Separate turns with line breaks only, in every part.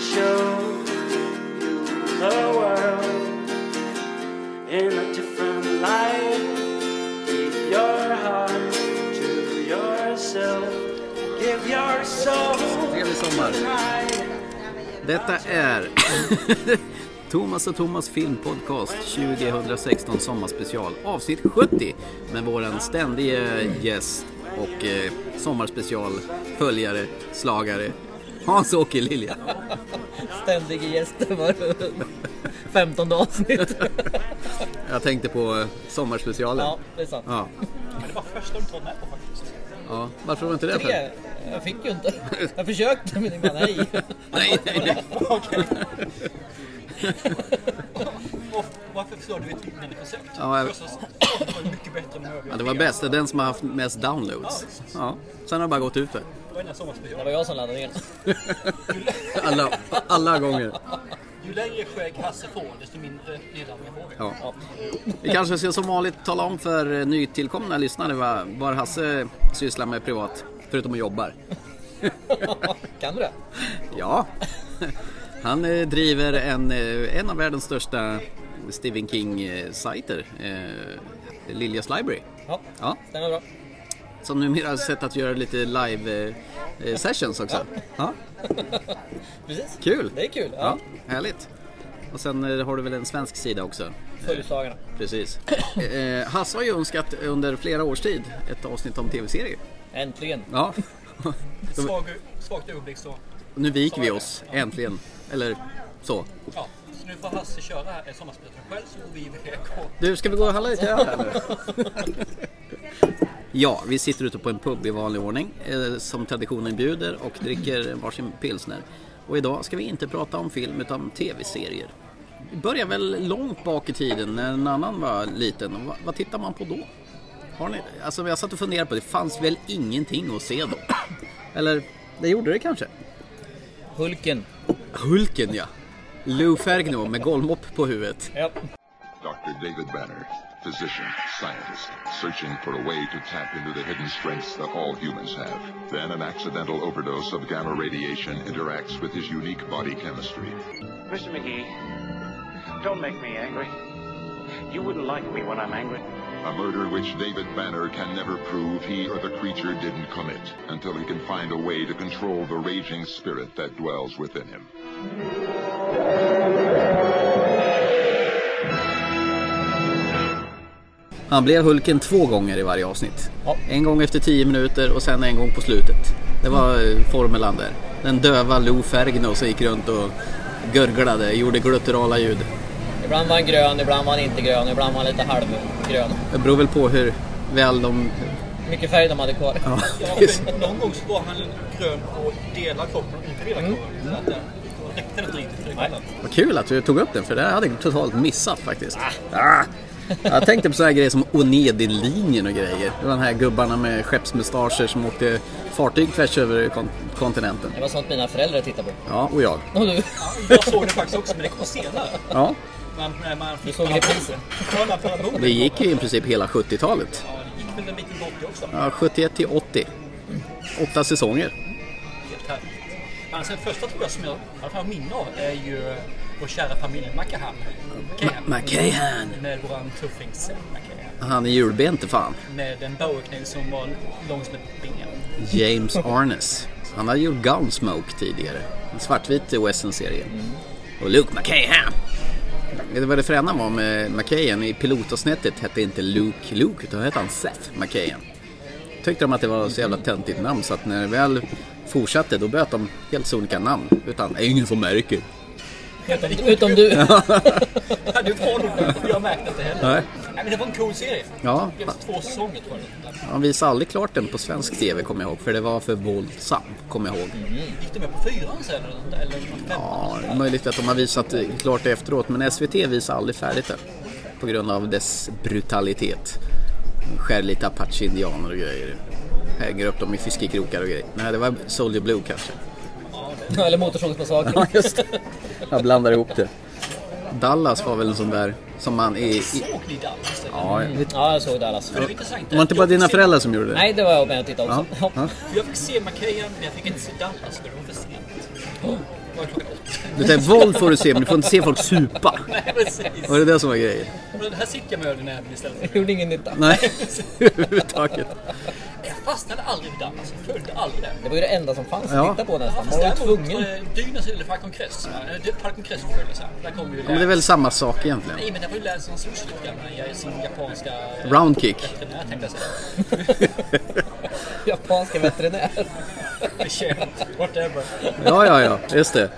show the world in a different light. Keep your heart to yourself. Give your soul
Trevlig sommar.
tonight.
Detta är Thomas och Thomas filmpodcast 2016 sommarspecial avsnitt 70 med våran ständige gäst och eh, sommarspecial följare, slagare Hans-Åke Lilja.
Ständige gäster var 15 avsnitt.
Jag tänkte på eh, sommarspecialen.
Ja, det är sant.
Ja. Ja, varför var inte det för?
Tre, jag fick ju inte. Jag försökte men det bara nej.
Nej, nej, nej.
Varför förstörde vi ett liknande koncept?
Ja, jag-
Det var ju mycket bättre än de övriga.
Ja, det var bäst. Det är den som har haft mest downloads. Ja. Sen har det bara gått ut för.
Det var den här sommarspecialen.
Det var jag som laddade ner
Alla, alla gånger.
Ju längre skägg Hasse får, desto mindre nedladdning får vi.
Ja. Vi kanske ska som vanligt tala om för eh, nytillkomna lyssnare vad, vad Hasse sysslar med privat, förutom att jobbar.
Kan du det?
Ja, han eh, driver en, eh, en av världens största Stephen King-sajter, eh, Liljas Library.
Ja,
Ja,
stämmer bra.
som numera har sett att göra lite live-sessions också. Ja,
Precis.
kul!
Det är kul.
Ja,
Ja.
härligt. Och sen eh, har du väl en svensk sida också? Eh,
Följeslagarna.
Precis. Eh, Hasse har ju önskat under flera års tid ett avsnitt om tv-serier.
Äntligen.
Ja.
Svag, svagt ögonblick så.
Nu viker vi oss, äntligen. Eller så.
Ja. Så nu får Hasse köra här eh, sommarspecialen själv så går vi iväg och
Du, ska vi gå och handla lite öl här nu? Ja, vi sitter ute på en pub i vanlig ordning, eh, som traditionen bjuder, och dricker varsin pilsner. Och idag ska vi inte prata om film, utan om tv-serier. Vi börjar väl långt bak i tiden, när en annan var liten. Och Vad, vad tittar man på då? Har ni, alltså jag satt och funderade på det, det fanns väl ingenting att se då? Eller, det gjorde det kanske?
Hulken.
Hulken ja! Lou Ferrigno med golvmopp på huvudet.
Ja.
Dr. David Banner, physician, scientist, searching for a way to tap into the hidden strengths that all humans have. Then an accidental overdose of gamma radiation interacts with his unique body chemistry.
Mr. McGee, don't make me angry. You wouldn't like me when I'm angry.
A murder which David Banner can never prove he or the creature didn't commit until he can find a way to control the raging spirit that dwells within him.
Han blev Hulken två gånger i varje avsnitt.
Ja.
En gång efter 10 minuter och sen en gång på slutet. Det var eh, formelan där. Den döva Lou Ferrigno som gick runt och gurglade, gjorde glutturala ljud.
Ibland var han grön, ibland var han inte grön, ibland var han lite halvgrön.
Det beror väl på hur väl de...
Mycket färg de hade kvar.
Ja,
Ja,
precis.
men någon gång så var han grön på delar av kroppen och inte hela kroppen. Så att den räckte inte riktigt för den.
Vad kul att du tog upp den för det hade jag totalt missat faktiskt. Ah. Jag tänkte på sådana här grejer som Onedin-linjen och grejer. Det var de här gubbarna med skeppsmustascher som åkte fartyg tvärs över kon- kontinenten.
Det var sånt mina föräldrar tittade på.
Ja, och jag.
Och du,
Ja, Jag såg det faktiskt också, men det kom senare.
Ja,
Man, när man fick
såg reprisen.
Kolla på den
det gick ju i princip hela 70-talet.
Ja, det gick väl en bit bort också.
Ja, 71 till 80. Åtta säsonger.
helt härligt. Annars den första tror jag som jag i alla fall har minne av är ju vår kära familj Macahan. Macahan.
McCahan.
Med våran tuffing Sam Macahan.
Han är julbent fan.
Med en bowerkniv som var lång som ett ben.
James Arnes. Han har gjort Gunsmoke tidigare. En svartvit western-serie. Och Luke McCahan. Det var det fräna var med McCahan. I pilotavsnittet hette inte Luke Luke utan hette han Seth McCahan. Tyckte de att det var så jävla töntigt namn så att när det väl fortsatte då böt de helt sonika namn. Utan det är ingen som märker.
utom du.
Ja, du var nog för jag märkte inte heller.
Nej.
Nej, men det var en cool serie.
Ja,
Det var två säsonger tror jag.
han visade aldrig klart den på svensk TV kommer jag ihåg. För det var för våldsam kommer jag ihåg.
Gick de med på fyran sen eller något? där, Eller något
Ja, det är möjligt att de har visat det klart efteråt, men SVT visar aldrig färdigt det. På grund av dess brutalitet. Skär lite apache-indianer och grejer. Hänger upp dem i fiskekrokar och grejer. Nej, det var Soldier Blue kanske.
Eller motorsågsmassaker.
Ja, just det. Jag blandar ihop det. Dallas var väl en sån där som man i... i
Såg ni Dallas?
ja,
Ja, jag såg Dallas.
Det var intressant.
var inte bara dina föräldrar som gjorde det?
Nej, det var jag med och tittade
Ja,
också. Ja.
ja.
Jag fick se Macahan men jag fick inte se Dallas för det var för sent. var klockan åtta.
Du säger, våld får du se men du får inte se folk supa.
Nej, precis.
Var det det som var grejen?
Men här sitter jag med öl i näven istället.
Gjorde ingen nytta.
Nej, överhuvudtaget.
Jag fastnade aldrig vid Dallas. Jag följde aldrig det.
Det var ju det enda som fanns
Ja.
att titta på nästan. Man var ju
Fast däremot,
tvungen.
eh, Dynäs eller Falcon Crest. eh, det- Falcon Crest följde sen. Där kom ju
Men det är väl samma sak egentligen.
Nej, men det var ju Lärarson som slog lite grann i sin japanska... eh,
Round kick.
veterinär, tänkte jag säga.
Japanska veterinär.
Betjänt, whatever.
Ja, ja, ja, just det.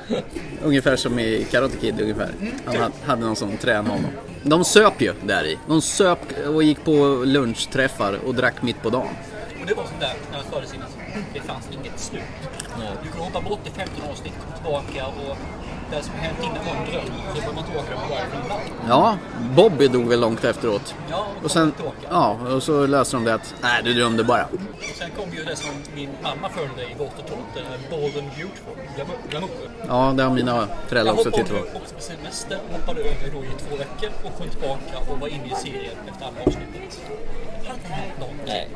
Ungefär som i Karate Kid ungefär. Han ha- hade någon som tränade honom. De söp ju där i. De söp och gick på lunchträffar och drack mitt på dagen.
Och det var sånt där när jag fördes innan. Det fanns inget slut. Du kunde hoppa bort i 15 avsnitt och tillbaka och det som hänt innan var en dröm. Så behöver man inte åka den på varje skiva.
Ja, Bobby dog väl långt efteråt.
Ja,
Och sen,
tillbaka.
ja, och så löste de det att, nej du drömde bara.
Och sen kom ju det som min mamma följde i Vårt och Tomten, eh, Bold and Beautiful, Glamour- Glamour.
Ja, det har mina
Jag
föräldrar också
hoppade
tittat på.
över också på semester, hoppade över då i två veckor och kom tillbaka och var inne i serien efter alla avsnittet. Det hade inte hänt någonting.
Nej.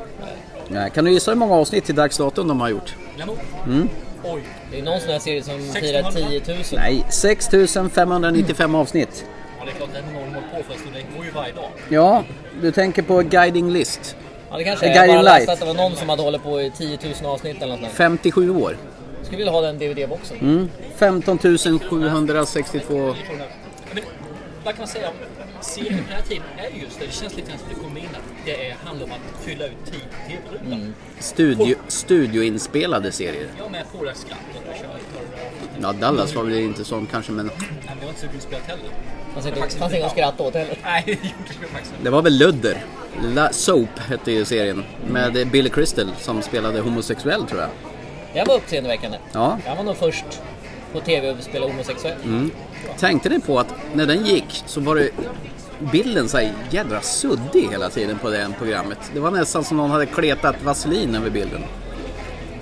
Nej, kan du gissa hur många avsnitt till dags datum de har gjort?
Glamour.
Mm.
Oj,
Det är någon sån här serie som firar
1600.
10 000.
Nej, 6595 avsnitt.
ja, det är klart det är någon håller på förresten. Det går ju varje dag.
Ja, du tänker på Guiding List.
Ja, det kanske
The
är. Jag bara
Guiding Light.
läste att det var någon som hade hållit på i 10 000 avsnitt eller något. sånt.
57 år.
Jag skulle vilja ha den DVD-boxen.
Mm. 15 762...
Men vad kan man säga om serien på den här tiden är just det. Det känns lite grann som det kommer in att det är, handlar om att fylla ut tid till rutan.
Studio, studioinspelade serier.
Jag med pålagsskrattet och kör lite och
Ja, Dallas var väl inte sån kanske, men
Nej, men jag var inte sugen på att spela heller.
Fanns inte- fanns inget att skratta åt heller.
Nej, det gjorde jag faktiskt inte.
det var väl Ludder. La Soap hette ju serien med eh, Billy Crystal som spelade homosexuell tror jag.
Jag var uppseendeväckande.
Ja.
Jag var nog först på TV att spela homosexuell.
Tänkte ni på att när den gick så var det bilden så här jädra suddig hela tiden på det programmet. Det var nästan som någon hade kletat vaselin över bilden.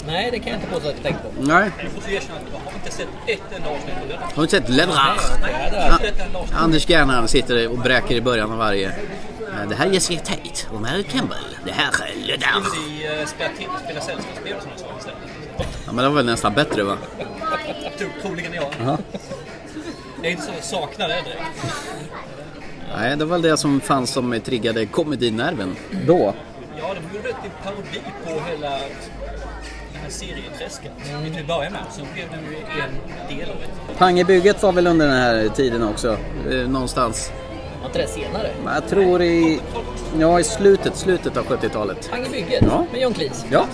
Nej, det kan jag inte påstå att jag tänkte på.
Nej.
Jag måste erkänna att jag har inte sett ett enda avsnitt av den.
Har du inte sett Leverage?
Nej, jag har inte sett ett enda avsnitt.
Anders Gernand sitter och bräker i början av varje. Eh, Det här är Jessica Tate. Hon här är Campbell. Det här är Le Dard.
Vi eh, spelar till- spelar sällskapsspel och sådana saker istället.
Ja, men det var väl nästan bättre va?
Tro- Troligen jag. Det är inte så att jag saknar det direkt.
Nej, det var väl det som fanns som triggade komedinerven. Då?
Ja, de gjorde en parodi på hela det här serieträsket. Mm. Till att börja med. Sen blev det ju en del av det.
Pangebygget var väl under den här tiden också. eh, Någonstans.
Var inte det senare?
Men Jag tror i... Ja, i slutet, slutet av 70-talet.
Pang i bygget
Ja.
med John Cleese.
Ja,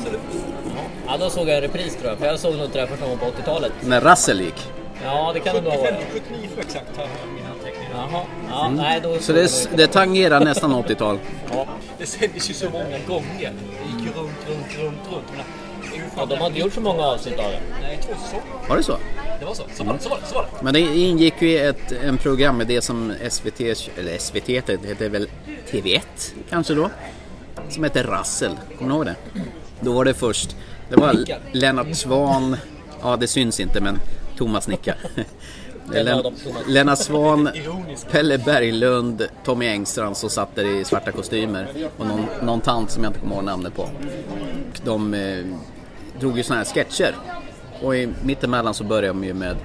Ja, då såg jag en repris tror jag. För jag såg nog inte det här första gången på 80-talet.
när Russell gick.
Ja, det kan det nog ha varit.
75, 79 exakt har jag mina anteckningar.
Jaha. Ja, nej, då
Så
såg
det,
jag
s-
nog
det tangerar nästan 80-tal.
inte. Ja.
Det sändes ju så många gånger. Det gick ju runt, runt, runt, runt. Men det är ju fan-
Ja, de har inte gjort så många avsnitt av det.
Nej, två säsonger.
Var det så?
Det var så. Så var det, så var det. Så var det.
Men det ingick ju i ett, en programidé som SVT, eller SVT heter det heter väl TV1 kanske då, som hette Rassel. Kommer ni ihåg det? Då var det först, det var
Nickar.
Lennart Svan, ja det syns inte men Thomas nickar. Det är
Vem
Len,
av dem, Thomas?
Lennart Svan,
Ironiskt.
Pelle Berglund, Tommy Engstrand som satt där i svarta kostymer och någon, någon tant som jag inte kommer ihåg namnet på. Och de eh, drog ju sådana här sketcher. Och i mittemellan så började de ju med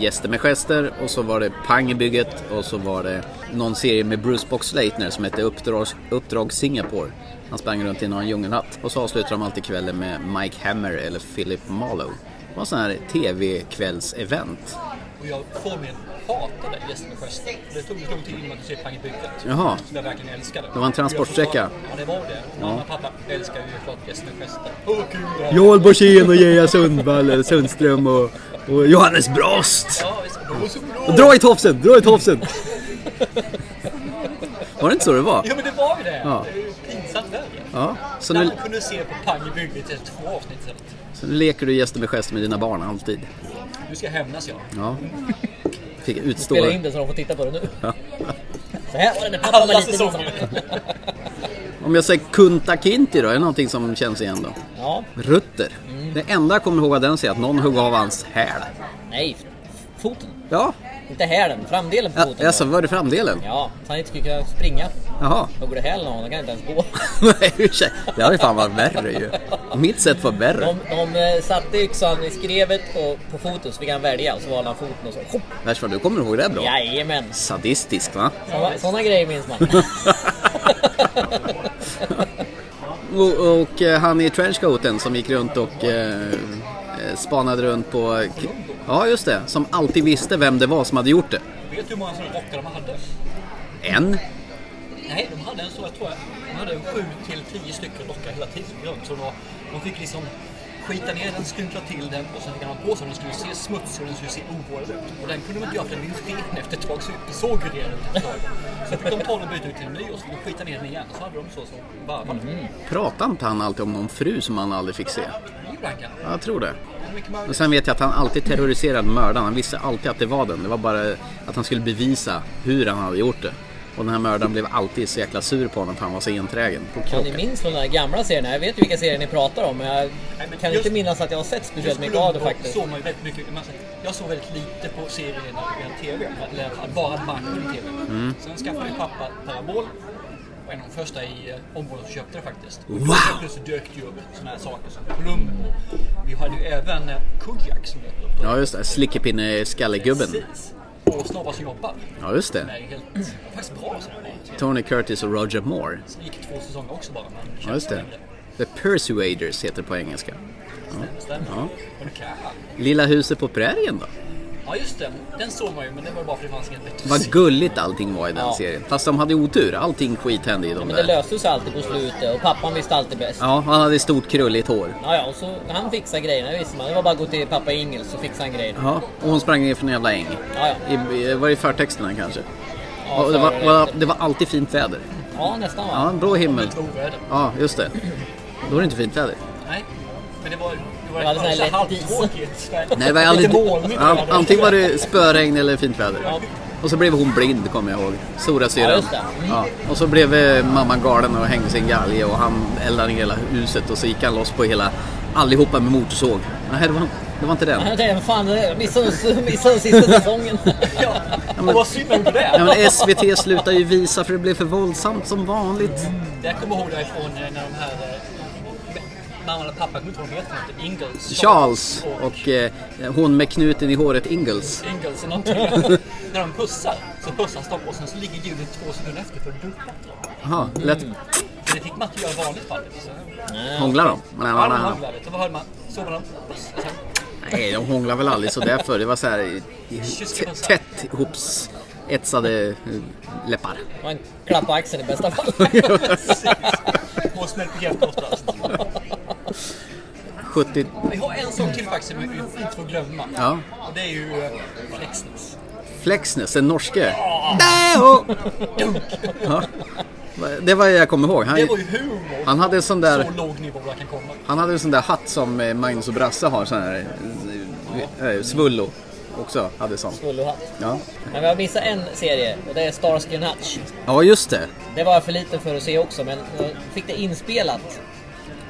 Gäster med gester och så var det Pang i bygget och så var det någon serie med Bruce Boxleitner som hette Uppdrag, Uppdrag Singapore. Han sprang runt i någon djungelhatt. Och så avslutar de alltid kvällen med Mike Hammer eller Philip Marlowe. Det var sån här TV-kvällsevent.
Och jag formligen hatade Gästen med gesten. Det tog lång tid innan jag kunde se Pang i bygget.
Jaha.
Som jag verkligen älskade.
Det var en transportsträcka.
Ja, det var det. Mamma och pappa älskade ju klart Gästen med gesten. Åh, vad kul det här var.
Joel Borssén och Geja Sundvall eller Sundström och, och Johannes Brost.
Ja, visst. Det var så bra.
Och dra i tofsen, dra i tofsen! Var det inte så det var?
Ja men det var ju det!
Ja.
Det är ju pinsamt värre.
Ja, så
När
nu,
man kunde se på Pang i bygget i två avsnitt istället.
så nu leker du gäster med gester med dina barn alltid.
Nu ska jag hämnas jag.
Ja. Fick utstå...
Spela in det så de får titta på det nu.
Ja.
Så här var det när pappa var
Alla
liten.
säsonger!
Om jag säger Kunta Kinti då, är det någonting som känns igen då?
Ja, Mm.
Rutter. Det enda jag kommer ihåg av den serien är att någon högg av hans häl.
nej. f- Foten.
Ja,
Inte hälen, framdelen på
ja,
foten.
alltså var det framdelen?
Ja, så han inte skulle kunna springa.
Jaha.
Då går det hell någon, de kan inte ens gå.
Nej, ursäkta. Det hade fan varit värre ju. Mitt sätt var värre.
De, de eh, satte yxan i skrevet och på foten så fick han välja och så valde han foten och så hopp!
Värst vad du kommer ihåg det här bra.
Jajamän!
Sadistiskt va?
Såna, såna grejer minns man.
Och, och eh, han i trenchcoaten som gick runt och eh, eh, spanade runt på... Ja, just det. Som alltid visste vem det var som hade gjort det.
Vet du hur många sådana rockar de hade?
En?
Nej, de hade en så, jag tror jag, de hade en sju till tio stycken rockar hela tiden runt. Så då, de fick liksom skita ner den, skrynkla till den och sen fick han ha på sig den. Den skulle se smutsig och den skulle se ovårdad ut. Och den kunde de inte göra för den blev ren efter ett tag, så det såg ju ren ut efter ett tag. Så fick de ta den och byta ut till en ny och så fick de skita ner den igen. Så hade de så som bara var mm.
Pratade inte han alltid om någon fru som han aldrig fick se?
Branka.
Ja, Jag tror det.
Hur mycket man
Och sen vet jag att han alltid terroriserade mördaren. Han visste alltid att det var den. Det var bara att han skulle bevisa hur han hade gjort det. Och den här mördaren blev alltid så jäkla sur på honom för han var så enträgen. På
Ja, ni
kroppen.
minns från de där gamla serierna? Jag vet ju vilka serier ni pratar om men jag
Nej, men
kan
just-
inte minnas att jag har sett speciellt
Just
mycket av det
Columbo
faktiskt.
såg man ju väldigt mycket. Man, säger, jag såg väldigt lite på serierna via TV. Eller i alla fall bara banken i TV.
Mm.
Sen skaffade ju pappa Parabol. Och en av de första i eh, området som köpte det faktiskt. Och
Wow!
Plus dök det ju upp sådana här saker som Columbo. Vi hade ju även eh, Kujak som dök upp.
Ja, just det. Slickepinne-skallegubben.
Precis. Och Snabba som jobbar.
Ja, just
Den är
det.
ju helt, faktiskt bra sådana här.
Tony Curtis och Roger Moore.
Det gick två säsonger också bara. Men
Ja, just det. The Persuaders heter det på engelska.
Stämmer.
Ja.
Men Carl.
Lilla huset på prärien då?
Ja just det, den såg man ju men det var bara för det fanns inget bättre.
Vad gulligt allting var i den
Ja.
serien. Fast de hade otur. Allting skit hände i dem
Men det
där.
löste sig alltid på slutet och pappan visste alltid bäst.
Ja, han hade stort krulligt hår.
Ja, ja, och så han fixade grejerna, det visste man. Det var bara att gå till pappa Ingels så fixade han grejerna.
Ja, och hon sprang ner för en jävla äng.
Ja, ja.
I, i- var det i förtexterna kanske?
Ja,
och det, var,
för-
var, det var alltid fint väder.
ja nästan va?
Ja, blå himmel.
Lite oväder.
Ja, just det. Då är det inte fint väder.
Nej, men det var, det var,
Det var
det
sån
var
här
så
lätt
halvtråkigt.
Nej, det var
Lite
aldrig...
molnigt.
ja, antingen var det spöregn eller fint väder.
Ja.
Och så blev hon blind, kommer jag ihåg. Storasyrran.
Ja, just det. Mm.
Ja. Och så blev eh, mamman galen och hängde sin galge och han eldade ner hela huset och så gick han loss på hela... Allihopa med motorsåg. Nej, det var, det var inte den.
Jag tänkte, fan, jag missade missade sista säsongen.
Ja, och vad synd om det.
Ja, men SVT slutade ju visa för det blev för våldsamt som vanligt.
Det jag kommer ihåg därifrån eh, när de här eh, mamman och pappa, jag kommer inte ihåg vad de heter, men Ingalls.
Charles och eh, hon med knuten i håret Ingalls.
Ingalls eller någonting. när de pussar så pussas de och sen så ligger ljudet två sekunder efter för att dumpa
Jaha, lätt
Men det fick man inte göra i vanligt fall. Så,
hånglar de? Nej, nej,
man
nej, nej.
hånglade lite, så hörde man, såg man dem, puss, och sen
nej, de hånglar väl aldrig sådär förr. Det var så här i- i- t- tätt ihops etsade eh, läppar.
Man klappar på axeln i bästa fall.
och smällde på hjärtat oftast.
70...
Vi har en sak till faktiskt som jag inte får glömma.
Ja.
Och det är ju eh, Flexness.
Flexnes, en norske. Deo! Ja. Det var det jag kommer ihåg. Han,
Det var ju humor.
han hade en sån där...
Så låg nivå jag kan komma.
Han hade en sån där hatt som eh, Magnus och Brasse har, sån här eh, eh, Svullo också hade sån.
Bullohatt.
Ja.
Men vi har missat en serie och det är Starsky and Hutch.
ja, just det.
Det var jag för liten för att se också men jag fick det inspelat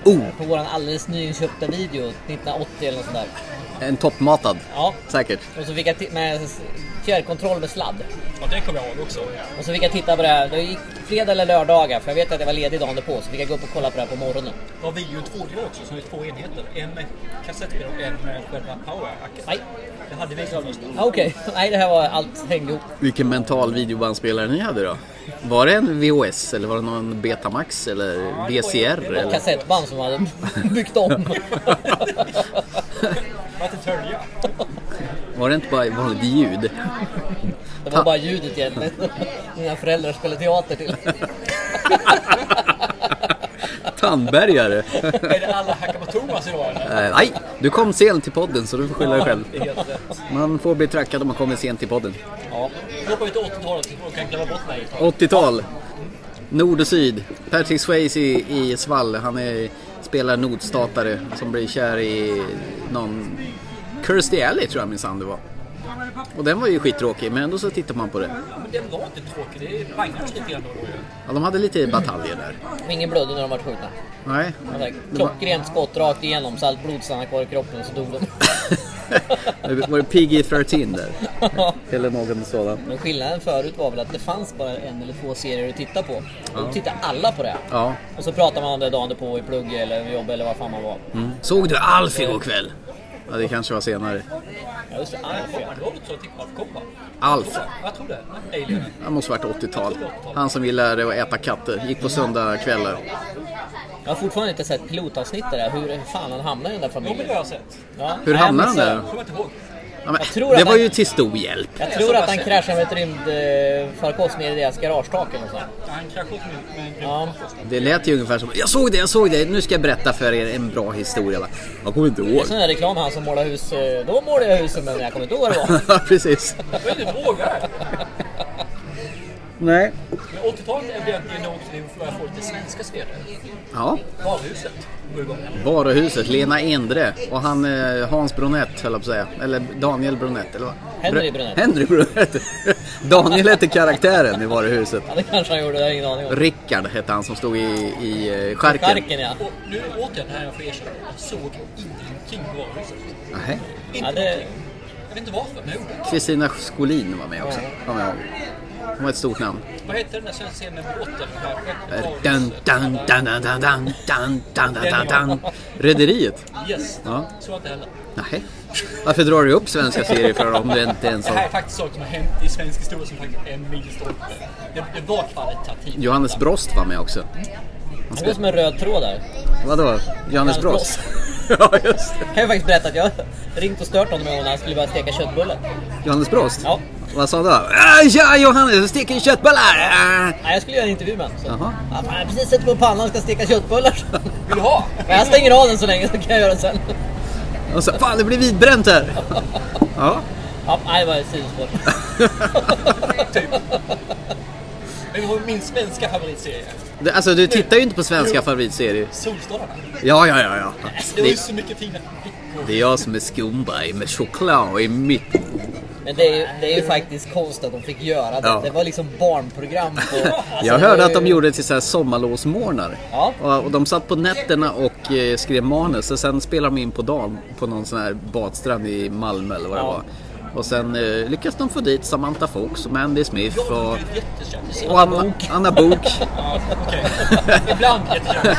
Oh,
på våran alldeles nyinköpta video 1980 eller något sånt där.
en toppmatad.
Ja.
Säkert.
Och så fick jag ti- med s- fjärrkontroll med sladd.
Ja, det kommer jag ihåg också.
Och så fick jag titta på det här. Det gick fredag eller lördagar för jag vet att jag var ledig dagen därpå så fick jag gå upp och kolla på det här på morgonen.
Det var videon två delar också, som är två enheter. En med kassettband och en med själva poweracken.
Nej.
Det hade vi glömt.
Ah, Okej, nej det här var allt hängde ihop.
Vilken mental videobandspelare ni hade då? Var det en VHS eller var det någon Betamax eller VCR?
Det var ett
Eller?
kassettband som hade byggt om.
Vad hette Tölja?
Var det inte bara vanligt ljud?
Det var bara ljudet egentligen. Mina föräldrar spelade teater till.
Tandbergare?
Är det alla hackar på Thomas idag eller?
Eh, nej, du kom sent till podden så du får skylla dig själv.
Det är helt rätt.
Man får bli trackad om man kommer sent till podden.
Ja. Nu hoppar vi till 80-talet så folk kan glömma bort mig.
80-tal. Nord och syd. Patrick Swayze i, i Svall. Han är, spelar nordstatare som blir kär i någon... Kirstie Alley tror jag minsann det var. Och den var ju skittråkig men ändå så tittar man på det.
Men det var inte tråkigt. Det bangades lite grann då och då. ju.
Ja, de hade lite bataljer där.
Ingen blödde när de var skjutna.
Nej.
Det var Klockrent skott rakt igenom så allt blod stannade kvar i kroppen och så dog de.
Var det PG-13 där? Eller någon sådan.
Men skillnaden förut var väl att det fanns bara en eller två serier att titta på. Då tittade alla på det.
Ja.
Och så pratade man om det dagen på i plugg eller jobb eller vad fan man var.
Såg du Alf igår kväll? Ja, det kanske var senare.
Ja, just det. Alf, Ah, ja.
Det var väl så att Alf kom va?
Alf.
Jag tror det. Alien.
Han måste ha varit 80-tal. Han som gillade att äta katter. Gick på söndagkvällar.
Jag har fortfarande inte sett pilotavsnittet där. Hur fan han hamnar i den där
Jo, men det har
familjen.
jag sett.
Ja.
Hur
Nej,
hamnar
men
han
så-
där?
Jag kommer inte ihåg.
Ja, men,
Jag tror
det
att
var
han-
ju till stor hjälp.
Jag
Jag
tror
såg
att han
bara
kraschar med ett rymdfarkost ner i deras garagetak eller nåt sånt.
Han kraschade med med en grym
Ja.
Det lät ju ungefär som Jag såg det, jag såg det. Nu ska jag berätta för er en bra historia. va? Jag kommer inte
Det är
ihåg.
sån där reklam han som målar hus. eh, Då målade jag husen men jag kommer inte ihåg vad det var.
Ja, precis.
Jag vet inte fråga.
Nej.
Men 80-talet är egentligen någonting för att få lite svenska städer.
Ja,
Varuhuset går igång.
Varuhuset, Lena Endre och han eh, Hans Bronett höll jag på att säga. Eller Daniel Bronett. Eller vad?
Henry
Br-
Bronett.
Henry Bronett. Daniel hette karaktären i varuhuset.
Ja, det kanske han gjorde. Jag har ingen aning om.
Rickard hette han som stod i, i eh, skärken.
Charken ja.
Och nu återigen, det här jag får erkänna. Jag såg ingenting på varuhuset.
Nähä.
Inte
Ja, det-
någonting. Jag vet inte varför, men jag gjorde det.
Kristina Skolin var med också. Kommer jag ihåg. Hon var ett stort namn. Eh,
Vad hette den där svenska scenen med båten? Det här skeppet,
Dun,
varuhuset.
dun, dun, dun, dun, dun, dun, dun, dun, dun. Rederiet?
Yes,
Ja.
så att det heller.
Nähä. Varför drar du upp svenska serier för om du inte ens
Det här är
har...
faktiskt saker som har hänt i svensk historia som faktiskt är en milstolpe. Det, det var kvalitativt.
Johannes Brost var med också.
Det går som en röd tråd där.
Vadå? Johannes
Johannes
Brost? ja, just det.
Jag kan ju faktiskt berätta att jag ringt och stört honom en gång när han skulle börja steka köttbullar.
Johannes Brost?
Ja.
Vad sa han då? "Ah, Ja, Johannes, jag steker köttbullar! Ah."
Nej, jag skulle göra en intervju med honom. Så.
Jaha.
Ja, fan, jag har precis sätter på pannan och ska steka köttbullar. så.
Vill du ha?
Men jag stänger av den så länge så kan jag göra det sen.
Och så, fan det blir vidbränt här! ja.
Ja, nej, det var ett sidospår.
Men vi har min svenska favoritserie.
Det- Alltså du tittar ju inte på svenska favoritserier.
Solstolarna.
Ja, ja, ja, ja.
Det var ju
Det,
så mycket fina flickor.
det är jag som är skumba med choklad i mitten.
Men det är, ju, det är ju faktiskt konstigt att de fick göra det.
Ja.
Det var liksom barnprogram. På, alltså,
Jag
det
hörde
var
att de
ju-
gjorde det till så här sommarlovsmorgnar.
Ja.
Och, och de satt på nätterna och eh, skrev manus och sen spelade de in på dagen på någon sån här badstrand i Malmö eller vad det
Ja.
var. Och sen eh, lyckas de få dit Samantha Fox och Mandy Smith
Jag
och,
var ju jättekändis.
och Anna, Anna Bok,
Ja, okej. Ibland jättekändis.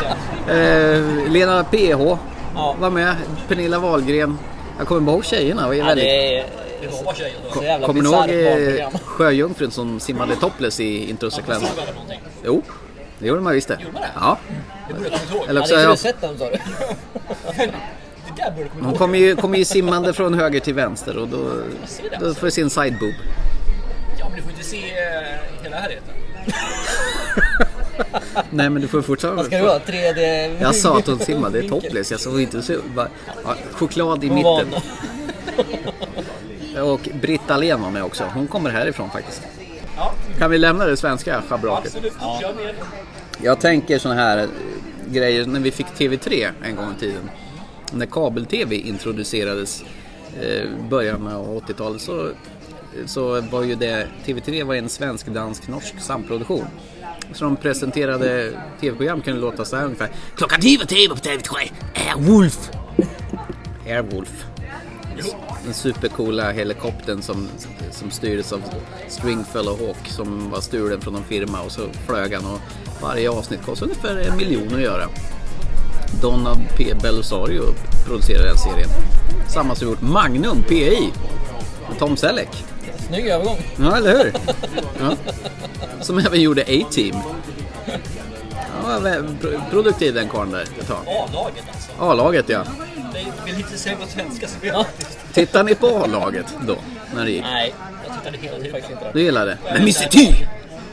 eh, Lena PH
Ja.
var med, Pernilla Wahlgren. Jag kommer bara ihåg tjejerna. Var
Ja,
väldigt...
det är
Det var bara tjejer då.
så jävla
Kommer ni
bisarrt
ihåg eh,
barnprogram.
sjöjungfrun som simmade topless i introsekvensen?
Silver eller någonting.
Jo, det gjorde man visst det.
Gjorde man det?
Ja.
Det borde jag komma ihåg.
Eller
Hade
också,
inte
ja,
du sett dem sa du?
Det där borde jag komma
hon
ihåg.
kommer ju, kommer ju simmande från höger till vänster och då, då
alltså.
får du se en sideboob.
Ja, men du får inte se eh, hela härligheten.
Nej men du får fortfarande...
Vad ska du ha? 3D?
Jag sa att hon simmade topless, jag såg inte så... Bara, ja, choklad i
Hon
mitten.
vann.
Och Britt Ahlén var med också, hon kommer härifrån faktiskt.
Ja,
Kan vi lämna det svenska schabraket?
absolut. Kör med.
Jag tänker sådana här eh, grejer när vi fick TV3 en gång i tiden. När kabel-TV introducerades eh, början av 80-talet så, så var ju det TV3 var en svensk-dansk-norsk samproduktion. Så de presenterade TV-program kunde låta så här ungefär. Klockan 10 på TV på TV3, Airwolf! Airwolf. Den supercoola helikoptern som, som styrdes av Stringfellow Hawk som var stulen från någon firma och så flög han och varje avsnitt kostade ungefär en miljon att göra. Donald P. Bellosario producerade den serien. Samma som gjort Magnum PI med Tom Selleck.
Snygg övergång.
Ja, eller hur? Ja. Som även gjorde A-Team. Ja, vä- pro- produktiv den karln där ett tag.
A-laget alltså.
A-laget ja.
Det vill inte säga på svenska så vet jag faktiskt.
Tittar ni på A-laget då? När det gick?
Nej,
Jag tittade hela
det är faktiskt
tiden.
inte det.
Du gillade det? Men Mr T!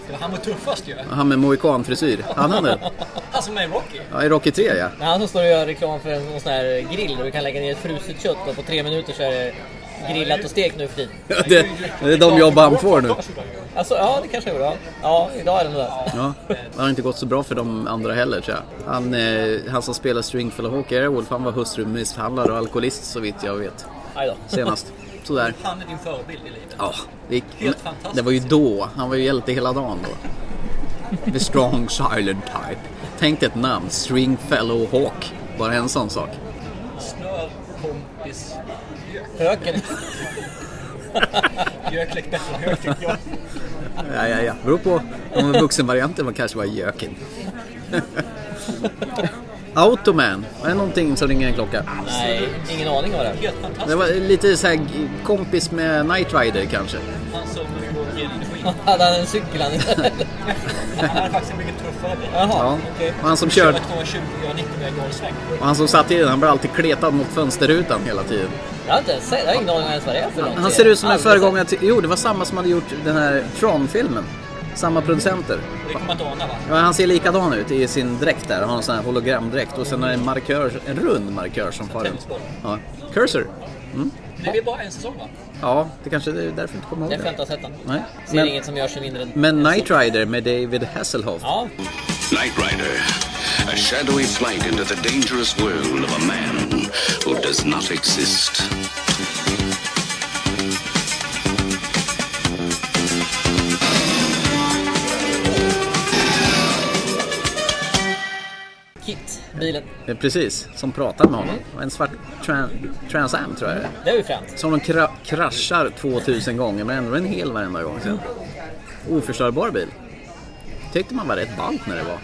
Det var han var tuffast ju.
Han med mohikanfrisyr. Han hade
Han som är med i Rocky.
Ja, i Rocky 3 ja.
Det är han som står och gör reklam för en sån sån här grill där du kan lägga ner ett fruset kött och på tre minuter så är det grillat och stekt nu för tiden.
Det, det är de jobb han får nu.
Alltså, ja det kanske jag gjorde. Ja, ja idag är det nog det.
Ja, det har inte gått så bra för de andra heller tror jag. Han, eh, han som spelar Stringfellow Hawk Airwolf, han var hustrumisshandlare och alkoholist så vitt jag vet.
Aj då.
Senast. Sådär.
Han är din förebild i livet.
Ja, det, gick,
Helt fantastiskt.
det var ju då. Han var ju hjälte hela dagen då. The strong silent type. Tänk dig ett namn, Stringfellow Hawk. Bara en sån sak.
Snör kompis. gök.
Höken.
Göklek bättre än hög tycker jag.
Ja, ja, ja. Beror på om vuxenvarianten var kanske var göken. Automan. Var det någonting som ringer en klocka?
Nej, ingen aning om det. här.
Helt fantastiskt.
Det var lite så här g- kompis med Knight Rider kanske.
Han som går igenom energi.
Hade han en cykel han
Han hade faktiskt en mycket tuffare bil.
Ja.
Jaha, okej.
Och han som
Kör
körde.
220 och gör 90 med en sväng.
Och han som satt i den, han blev alltid kletad mot fönsterrutan hela tiden.
Jag har inte ens sett, jag har ingen aning om ens vad det är för någonting.
Han ser ut som en
Aldrig
föregångare till... Jo, det var samma som hade gjort den här Tron-filmen. Samma producenter.
Det kommer man ana va?
Ja, han ser likadan ut i sin dräkt där. Han har en sån här hologramdräkt. Och sen har han en markör, en rund markör som far runt. Ja. Cursor.
Det är bara en säsong va?
Ja, det kanske det är därför jag inte kommer
sett.
ihåg
Därför jag inte
det.
har sett den.
Nej.
Ser
Men,
inget som gör sig mindre än...
men Knight Rider med David Hasselhoff.
Ja,
Knight Rider, a shadowy flight into the dangerous world of a man who does not exist.
Kit, bilen.
Eh, Precis, som pratar med honom. Och En svart tran, Trans Am tror jag det är.
Det är ju fränt.
Som de kra- kraschar 2000 gånger men ändå en hel varenda gång sen. Oförstörbar bil. Tyckte man var rätt ballt när det var.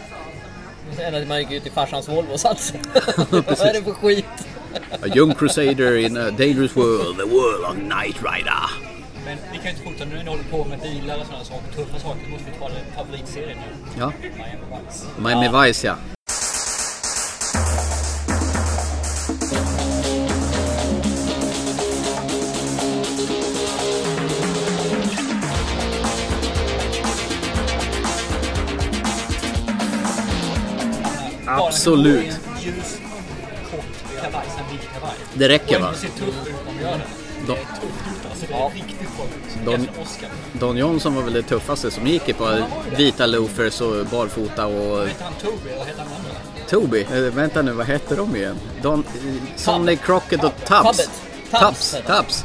Sen att man gick ut i farsans Volvo och satt sig. Vad är det för skit?
A young crusader in a dangerous world, the world of Knight Rider.
Men vi kan ju inte fortsätta nu när ni håller på med bilar och sådana saker, tuffa saker. Då måste vi ta den favoritserien nu.
Ja,
Miami Vice.
Miami Vice ja. Absolut.
Bara en ljus, kort kavaj, sen vit kavaj.
Det räcker va?
Och ändå ser tuff ut om du gör det. Det
De-
är tufft gjort alltså. Det är riktigt bra gjort.
De-
Det är som Oscar.
Don Johnson var väl det tuffaste som gick i på vita loafers och barfota och
Hette han Toby eller hette han andra?
Toby. Eh, vänta nu, vad hette de igen? Don, eh, Sonny Crockett och Tubbs.
Tubbet.
Tubbs.
Tubbs.
Tubbs.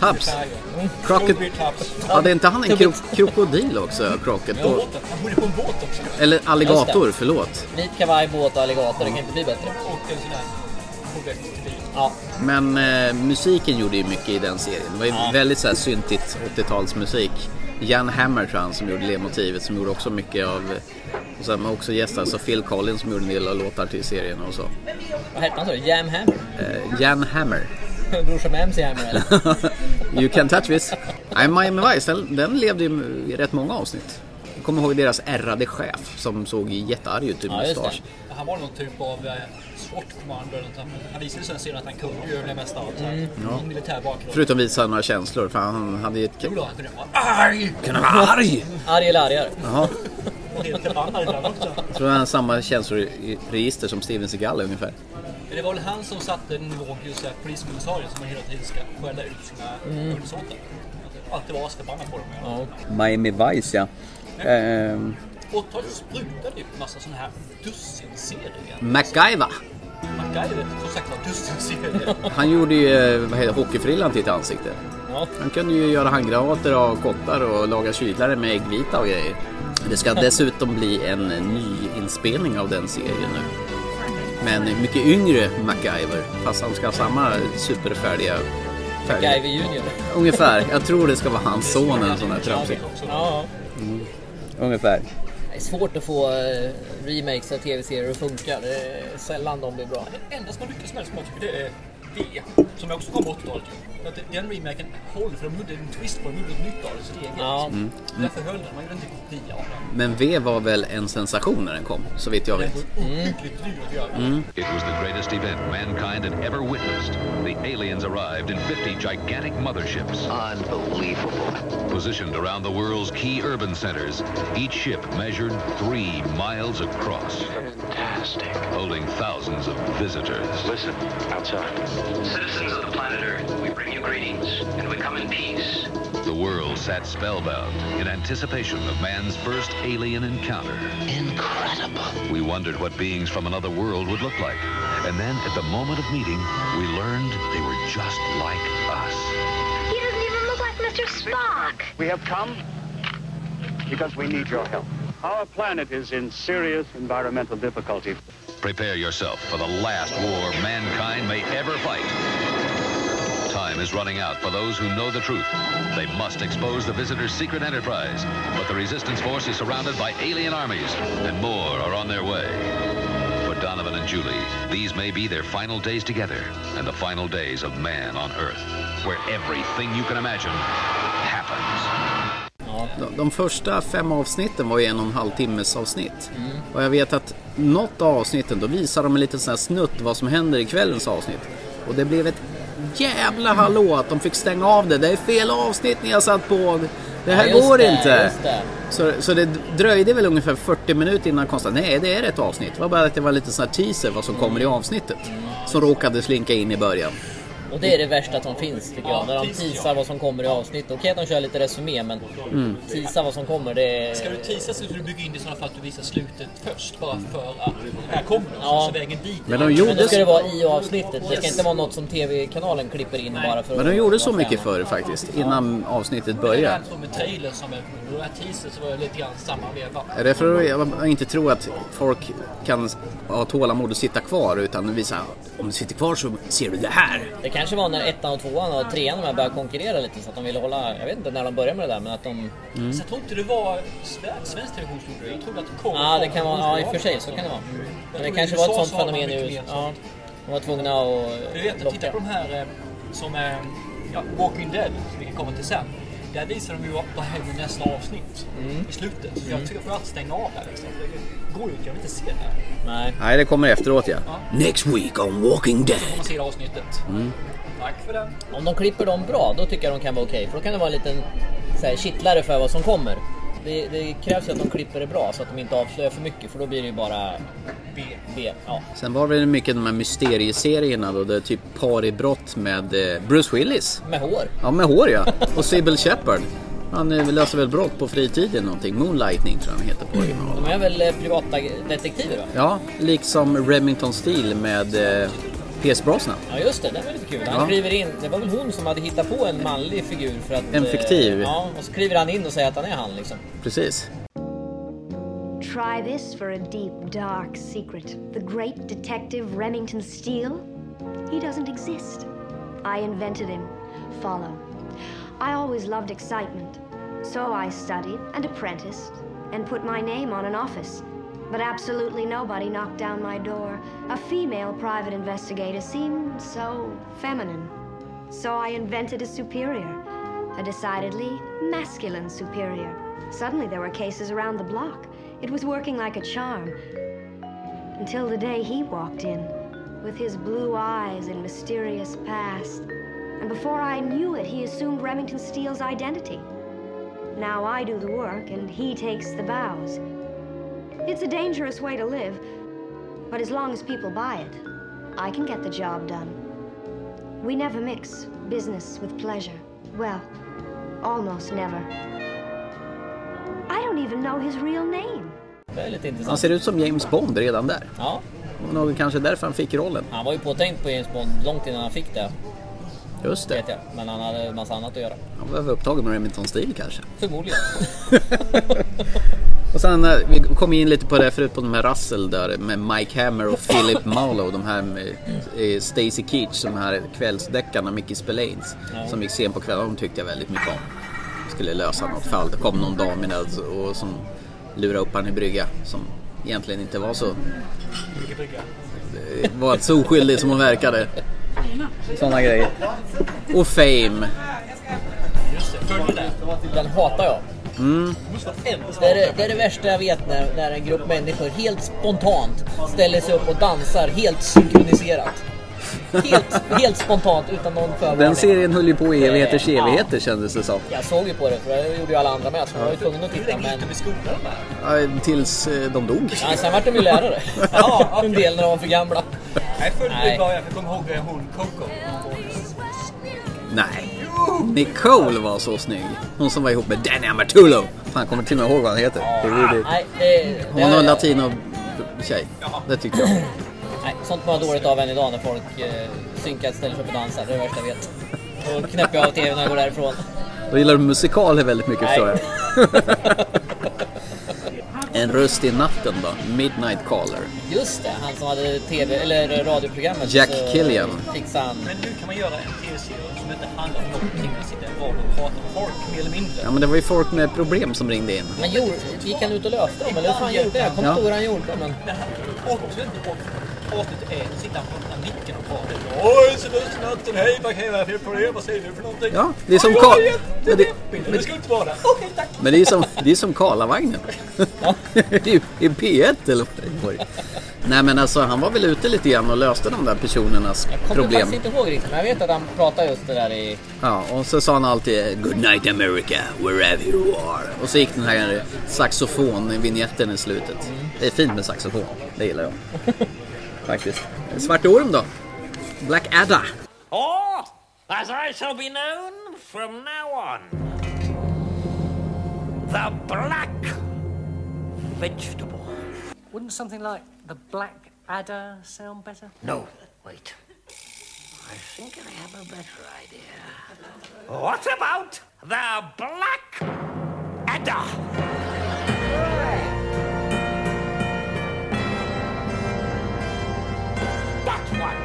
Tubbs. Mm. Crockett.
Toby Tubbs.
Hade inte han en kro krokodil också, Crockett?
Ja,
Och,
båten. Han bodde på en båt också.
eller
Just
alligator, förlåt.
Vit kavaj, båt och alligator. Det kan inte bli bättre.
Och en sån där Corvette bil.
Ja,
Men eh, musiken gjorde ju mycket i den serien. Det var ju väldigt så här syntigt 80-talsmusik. Jan Hammer tror jag han som gjorde ledmotivet som gjorde också mycket av... Och sen var också gästar, så Phil Collins som gjorde en del av låtar till serien och så.
vad hette han sa du? Jam Hammer?
Eh, Jan Hammer.
Brorsan med MC Hammer eller?
you can touch this. Nej, Miami Vice, den, den levde ju i rätt många avsnitt. Jag kommer ihåg deras ärrade chef som såg jättearg ut i
Ja, just det.
mustasch.
Han var någon typ av eh, SWAT commander eller något sånt. Han visade sen senare att han kunde göra det mesta av så här.
Mm.
Någon militär bakgrund.
Förutom visa några känslor, för han hade ju ett...
Jo då, han kunde vara arg!
Kan han vara arg?
Arg eller argare?
Jaha.
Och helt förbannad ibland också.
Jag tror han har samma känsloregister som Steven Seagal ungefär.
Men det var väl han som satte nivån på just det här poliskommissarien som man hela tiden ska skälla ut sina undersåtar. Att Alltid vara asförbannad på dem. Mm. Ja.
Ja,
Miami Vice ja. Ehm,
80-talet sprutade ju massa sådana här dussinserier.
MacGyver.
MacGyver, som sagt var dussinserier.
Han gjorde ju eh, vad heter, det, hockeyfrillan till ett ansikte.
ja.
Han kunde ju göra handgranater av kottar och laga kylare med äggvita och grejer. Det ska dessutom bli en ny inspelning av den serien nu. Men mycket yngre MacGyver, fast han ska ha samma superfärdiga färger.
Guyver Junior.
Ungefär. Jag tror det ska vara hans son eller sån här tramsig.
Ja.
Ungefär.
Det är svårt att få eh, remakes av tv-serier att funka. Det är sällan de blir bra.
Det enda som har lyckats med det som jag tycker det är V. Som jag också kom på 80-talet. ju. Att Den remaken håller för de gjorde en twist på den, de gjorde ett nytt av det, sitt eget.
Ja.
Mm.
Därför höll den, man gjorde inte en kopia av den.
Men V var väl en sensation när den kom, så vitt jag
Den
vet.
var
Mm.
ohyggligt dyr att göra.
It was the greatest event mankind had ever witnessed. The aliens arrived in 50 gigantic motherships. Unbelievable. Positioned around the world's key urban centers, each ship measured three miles across,
Fantastic.
holding thousands of visitors.
Listen, outside. Citizens of the planet Earth, we bring you greetings, and we come in peace.
The world sat spellbound in anticipation of man's first alien encounter.
Incredible.
We wondered what beings from another world would look like. And then, at the moment of meeting, we learned they were just like us.
He doesn't even look like Mr. Spock.
We have come because we need your help. Our planet is in serious environmental difficulty.
Prepare yourself for the last war mankind may ever fight. Time time is running out for those who know the truth. They must expose the visitor's secret enterprise. But the resistance force is surrounded by alien armies, and more are on their way. For Donovan and Julie, these may be their final days together and the final days of man on Earth, where everything you can imagine happens.
De, de första fem avsnitten var ju en och en halv timmes avsnitt.
Mm.
Och jag vet att något av avsnitten, då visar de en liten sån här snutt vad som händer i kvällens avsnitt. Och det blev ett jävla hallå att de fick stänga av det. Det är fel avsnitt ni har satt på. Det här
Ja, just
går
det,
inte.
just det.
Så, så det dröjde väl ungefär 40 minuter innan jag konstaterade nej det är ett avsnitt. Det var bara att det var lite sån här teaser vad som kommer i avsnittet. Som råkade slinka in i början.
Och det är det värsta som finns tycker jag. När de teasar vad som kommer i avsnitt. Okej att de kör lite resumé men
Mm.
teasar vad som kommer det
Ska
är...
du teasa så ska du bygga in det i sådana fall att du visar slutet först bara för att här kommer det och
Ja.
så vägen dit.
Men de
Men då
gjorde,
ska
så-
det vara i avsnittet. Det ska inte vara något som TV-kanalen klipper in bara för
men
att-
de gjorde så mycket förr faktiskt. Innan avsnittet
Det
började.
här som med trailern som är på den här teasern så var det lite grann samma veva.
Är det för att jag inte tror att folk kan ha tålamod att sitta kvar utan visa om du sitter kvar så ser du det här.
Det kanske var när ettan och tvåan och trean de här började konkurrera lite så att de ville hålla, jag vet inte när de började med det där men att de...
Så jag tror inte det var sve- svensk television som gjorde det. Jag trodde att det kom
Ja det kan vara, ja i och för sig så kan det vara. Men det kanske var ett sånt fenomen i USA. Ja, de var tvungna att
Du vet, titta på de här eh, som är ja, Walking Dead, som vi kan komma till sen. Där visar de ju vad vad händer i nästa avsnitt
Mm.
i slutet. Så Jag tycker jag får alltid stänga av här. Liksom. Det går ju inte, jag vill inte se det här.
Nej.
Nej, det kommer efteråt ja. Next week on Walking
Om
Dead.
man ser det avsnittet. Tack för den.
Om de klipper dem bra, då tycker jag de kan vara okej. För då kan det vara en liten så här, kittlare för vad som kommer. Det, det krävs ju att de klipper det bra så att de inte avslöjar för mycket för då blir det ju bara
B.
B. Ja.
Sen var det mycket de här mysterieserierna då, det är typ par i brott med eh, Bruce Willis.
Med hår.
Ja, med hår ja. Och Sybil Shepard. Han eh, löser väl brott på fritiden någonting. Moonlightning tror jag han heter på original.
De är väl eh, privata detektiver va?
Ja, liksom Remington Steel med eh, P.S. Brosnan.
Ja just det, det var lite kul. Han
Ja.
kliver in, det var väl hon som hade hittat på en manlig figur för att...
En
eh,
fiktiv.
Ja, och så kliver han in och säger att han är han liksom.
Precis.
Try this for a deep, dark secret. The great detective Remington Steele? He doesn't exist. I invented him. Follow. I always loved excitement. So I studied and apprenticed and put my name on an office. But absolutely nobody knocked down my door. A female private investigator seemed so feminine. So I invented a superior, a decidedly masculine superior. Suddenly there were cases around the block. It was working like a charm. Until the day he walked in, with his blue eyes and mysterious past. And before I knew it, he assumed Remington Steele's identity. Now I do the work, and he takes the bows. It's a dangerous way to live, but as long as people buy it, I can get the job done. We never mix business with pleasure. Well, almost never. I don't even know his real name.
Det är lite
Han
intressant.
ser ut som James Bond redan där.
Ja,
Och nog kanske därför han fick rollen.
han var ju påtänkt på James Bond långt innan han fick det.
Just det.
Vet jag. Men han hade en massa annat att göra.
Han var väl upptagen med Remington Steel kanske.
Förmodligen.
Och sen eh, vi kom in lite på det här förut på de här rassel där med Mike Hammer och Philip Marlowe. De här med eh, Stacy Keach, de här kvällsdeckarna, Mickey Spillane. Som gick sent på kvällen. De tyckte jag väldigt mycket om. Skulle lösa något fall. Det kom någon dam in där och som lurade upp han i brygga. Som egentligen inte var så... Eh, Var så oskyldig som hon verkade. Sådana grejer. Och Fame.
Just det, följ det där.
Den hatar jag.
Mm.
Det måste vara en
Det är det, det är det värsta jag vet när, när en grupp människor helt spontant ställer sig upp och dansar helt synkroniserat. Helt, helt spontant utan någon förvarning.
Den serien höll ju på i evigheters evigheter kändes det som.
Jag såg ju på det för det gjorde ju alla andra med så man var ju tvungen att
Det är det
titta. Men...
glitter med skolan de här.
Ja, Tills eh, de dog.
Ja, sen vart de ju lärare. Ja, en del när de var för gamla.
Nej, följ
Nej.
det bara. Jag kommer ihåg eh, hon Coco.
Nej. Nicole var så snygg. Hon som var ihop med Danny Amatullo. Fan, kommer till och med ihåg vad han heter. Det är ju det.
Nej, det, det,
Hon har en latino-tjej. Det tyckte jag.
Nej, sånt mår jag dåligt av än idag när folk eh, synkat ställer sig upp och dansar. Det är det värsta jag vet. Då knäpper jag av tvn när jag går därifrån.
Då gillar du musikaler väldigt mycket förstår jag. En röst i natten då, Midnight Caller.
Just det, han som hade TV, eller radioprogrammet.
Jack
så
Killian.
Fixade han.
Men nu kan man göra en tv-serie som inte handlar om någonting. Man sitter i en radio och pratar med folk mer eller mindre.
Ja men det var ju folk med problem som ringde in.
Men jord, gick han ut och löste dem? Eller hur fan gjorde han? Jag kommer
Ja.
inte ihåg hur han gjorde. Men...
Det här avsnittet och pratet är att sitta på den här micken och prata. Oj, så löst i natten. Hej, vad kan jag göra för problem? Vad säger du för någonting?
Ja, det är som
Oj,
Carl-
oj, oj,
Men det-
jättedeppigt.
men-
Det ska inte vara det. Okej, tack.
Men det är ju som, det är som Karlavagnen. Det är ju i P1 eller vad det var. Nej men alltså han var väl ute lite grann och löste de där personernas
Jag kommer
problem.
faktiskt inte ihåg riktigt, men jag vet att han pratade just det där i...
Ja, och så sa han alltid Good night America, wherever you are. Och så gick den här saxofonvinjetten i slutet. Det är fint med saxofon, det gillar jag. Faktiskt. Svarte Orm då? Black Adda.
Or, as I shall be known from now on, the Black Vegetable.
Wouldn't something like the Black Adder sound better?
No, wait. I think I have a better idea. What about the Black Adder? That one.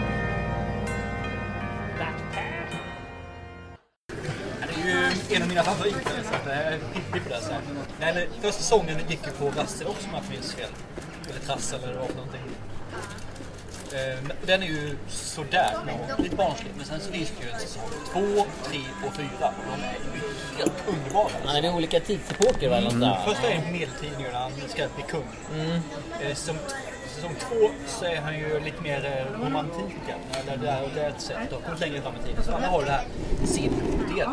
That pair.
Ja, Det är ju en av mina favoriter. så att det är hippie på det här sättet. Nej, eller, Första säsongen gick ju på Rassel också om jag inte minns fel. Eller Trassel eller vad det var för någonting. Ehm, Den är ju sådär, men lite barnslig. Men sen så finns det ju en säsong två, tre och fyra. Och de är ju helt underbara.
Han är vid olika tidsepoker va? Mm.
Första är medeltid nu när han ska bli kung. Eh, Som, som två så är han ju lite mer eh, romantiken. Eller det här och det är ett sätt att komma längre fram i tiden. Så alla har det här sin del.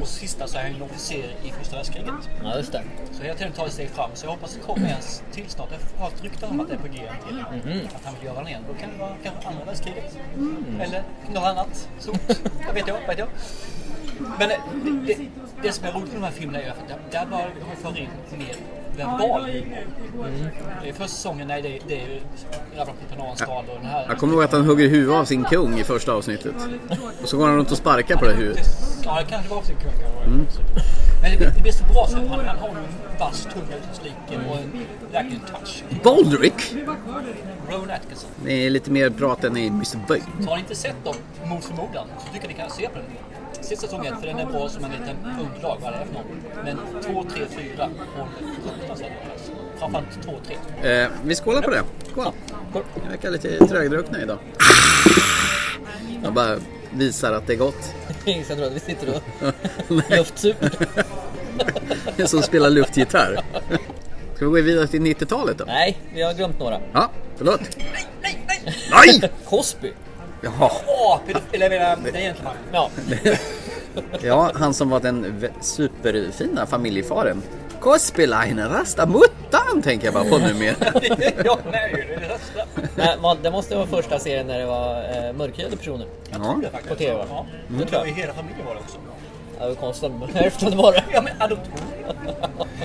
Och sista så är han ju en officer i första världskriget.
Ja, just det.
Så hela tiden tar ett steg fram. Så jag hoppas det kommer en till snart. Jag har ett rykte om att det är på G en till.
Mm-hmm.
Att han vill göra den igen. Då kan det vara kanske andra världskriget.
Mm.
Eller något annat stort. Vad vet jag? Vet jag. Men eh, det, det, det som är roligt med de här filmerna är ju att där, där bara de för in mer verbal humor.
Mm.
Det är första säsongen, nej det, är- det är ju Grabbarna på bananskal och den här.
Jag kommer ihåg att han hugger huvudet av sin kung i första avsnittet. Och så går han runt och sparkar på det huvudet.
Ja, det kanske var sin kung. Mm. Men det blir, det blir så bra så att han, han har ju en vass tunga utan dess like och en verkligen touch.
Baldrick!
Rowan Atkinson.
Det är lite mer prat än i Mr. Böj.
Så har ni inte sett dem mot förmodan så tycker jag ni kan se på den. Se säsongen för den är bra som en liten underlag vad det är för någon. Men 2, 3, 4 håller fruktansvärt bra klass. Framförallt 2, 3.
Eh, vi skålar på det. Skål. Jag verkar lite trögdruckna idag. Jag bara visar att det är gott.
Ingen tror att vi sitter och luftsuper.
Som spelar luftgitarr. Ska vi gå vidare till 90-talet då?
Nej, vi har glömt några.
Ja, förlåt.
Nej, nej!
Nej!
Cosby.
Jaha.
Åh, pedof- eller jag menar, det är egentligen
Ja,
Ja, han som var den v- superfina familjefaren. Kospilainen Rastamuttan tänker jag bara på nu mer.
Ja, nej, det är det värsta.
men vad- det måste vara första serien när det var eh, mörkhyade personer.
Ja.
faktiskt.
På TV, va?
Ja,
Mm.
det tror jag hela familjen var det också.
Ja, det var konstigt. men Hälften var det.
Ja, men adoption.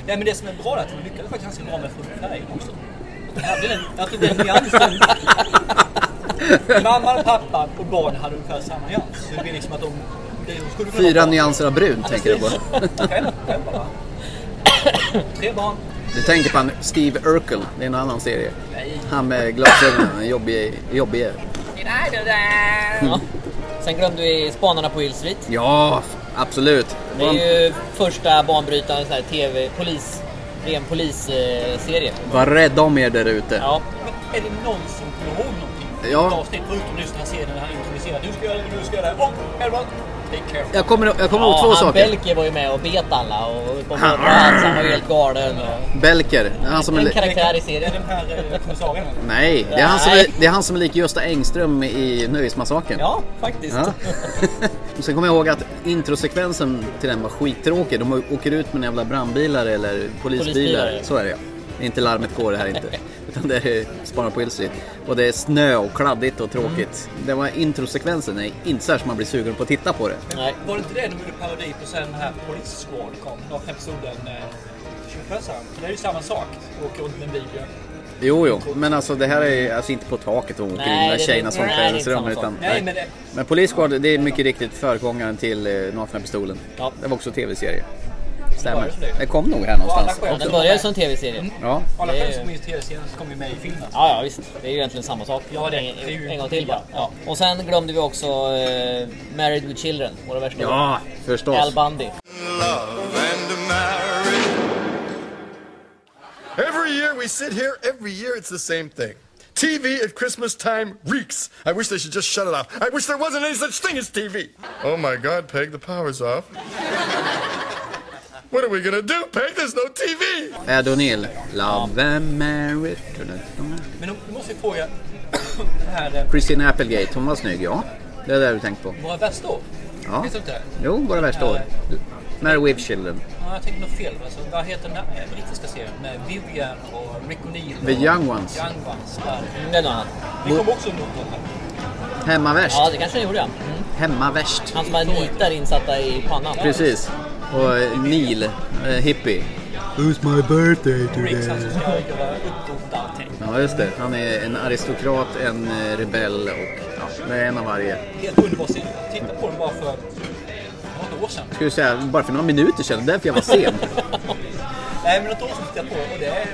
Nej, men det som är bra är att de lyckades faktiskt ganska bra med färgen också. De hade den, jag tror den nyansen. Mamman, pappan och barnen hade ungefär samma nyans. Så det blir liksom att de... de skulle kunna
Fyra
vara-
nyanser av brun tänker du på.
Fem, fem bara. Tre barn.
Du tänker på han Steve Urkel, det är en annan serie. Han med glasögonen, den jobbige. jobbige.
Ja. Sen glömde vi Spanarna på Hill Street.
Ja, absolut.
Det är ju första banbrytande sån här TV, polis, ren polisserie.
Var rädda om er där ute.
Ja,
Men är det någon som kommer ihåg någonting?
Ja.
Ett avsnitt förutom just den här scenen när han introducerar. Du ska göra det, du ska göra det. Och Edward, take care.
Jag kommer, jag kommer ihåg
ja
två
han
saker.
Belker var ju med och bet alla och på han, han var ju helt galen. Och...
Belker. Det är han som är
En
li-
karaktär i
Det är
serien.
den här eh, kommissarien. eller?
Nej, det är han som är,
Nej.
det är, han som är lik Gösta Engström i Nöjesmassakern.
Ja, faktiskt.
Ja. Och Sen kommer jag ihåg att introsekvensen till den var skittråkig. De åker ut med en jävla brandbilar eller polisbilar.
Polisbilar, ja.
Så är det ja. Det är Inte larmet går det här inte. Utan det är Spara på Hill Street. Och det är snö och kladdigt och tråkigt.
Mm.
Det var introsekvensen. Det är inte så här som man blir sugen på att titta på det.
Nej.
Var det inte det de gjorde parodi på sen den här Police Squad kom? Den episoden eh, 25 Det är ju samma sak. Åker runt med en bil ju.
Jo, jo. Men alltså det här är alltså inte på taket och åker
Nej,
in i de här
det är-
tjejernas
nej, det är
omklädningsrum.
inte samma sak.
Utan,
Nej, men eh, det-
men Police Squad, det är mycket riktigt föregångaren till eh, Nakna Pistolen.
Ja.
Det var också tv-serie. stämmer. Det kom nog här någonstans.
Och alla skämt
Den börjar ju som
Mm.
tv-serie.
Ja,
Alla
Det är
skämt
ju-
som är i tv-serien kom ju med i filmen.
Ja, ja visst. Det är ju egentligen samma sak.
Ja, det är-
en,
det är ju-
en gång till bara. Ja. Och sen glömde vi också eh, Married with Children, våra värsta
ja
år. Al
förstås.
Bundy.
love and marriage. Every year we sit here, every year it's the same thing. TV at Christmas time reeks. I wish they should just shut it off. I wish there wasn't any such thing as TV. Oh my God, Peg, the power's off. what are we gonna do, Peg? There's no TV.
Ed O'Neill. Love and marriage.
Men då då måste vi fråga, det här, eh,
Christina Applegate, hon var snygg ja. Det är det du tänkte på.
våra bästa år?
Ja.
Visste du inte det?
Jo, våra värsta år. Mary with Children.
Ja, jag tänkte nog fel. Alltså, vad heter den där eh, brittiska serien med Vivian och Rick O'Neill?
The
och
Young Ones.
Young Ones. Ja.
Den har han.
Vi kom också emot den här.
Hemma värst.
Ja, det kanske han gjorde ja. Mm.
Hemma värst.
Han som hade nitar insatta i pannan.
Precis. Och eh, Neil, eh, hippie.
Rick han som ska göra uppror mot allting.
Ja, just det. Han är en aristokrat, en eh, rebell och ja, det är en av varje.
Helt underbar serie. Titta på den bara för något år sedan.
Ska du säga, bara för några minuter sedan, därför jag var sen.
Nej, men något år sedan tittade jag på den och det är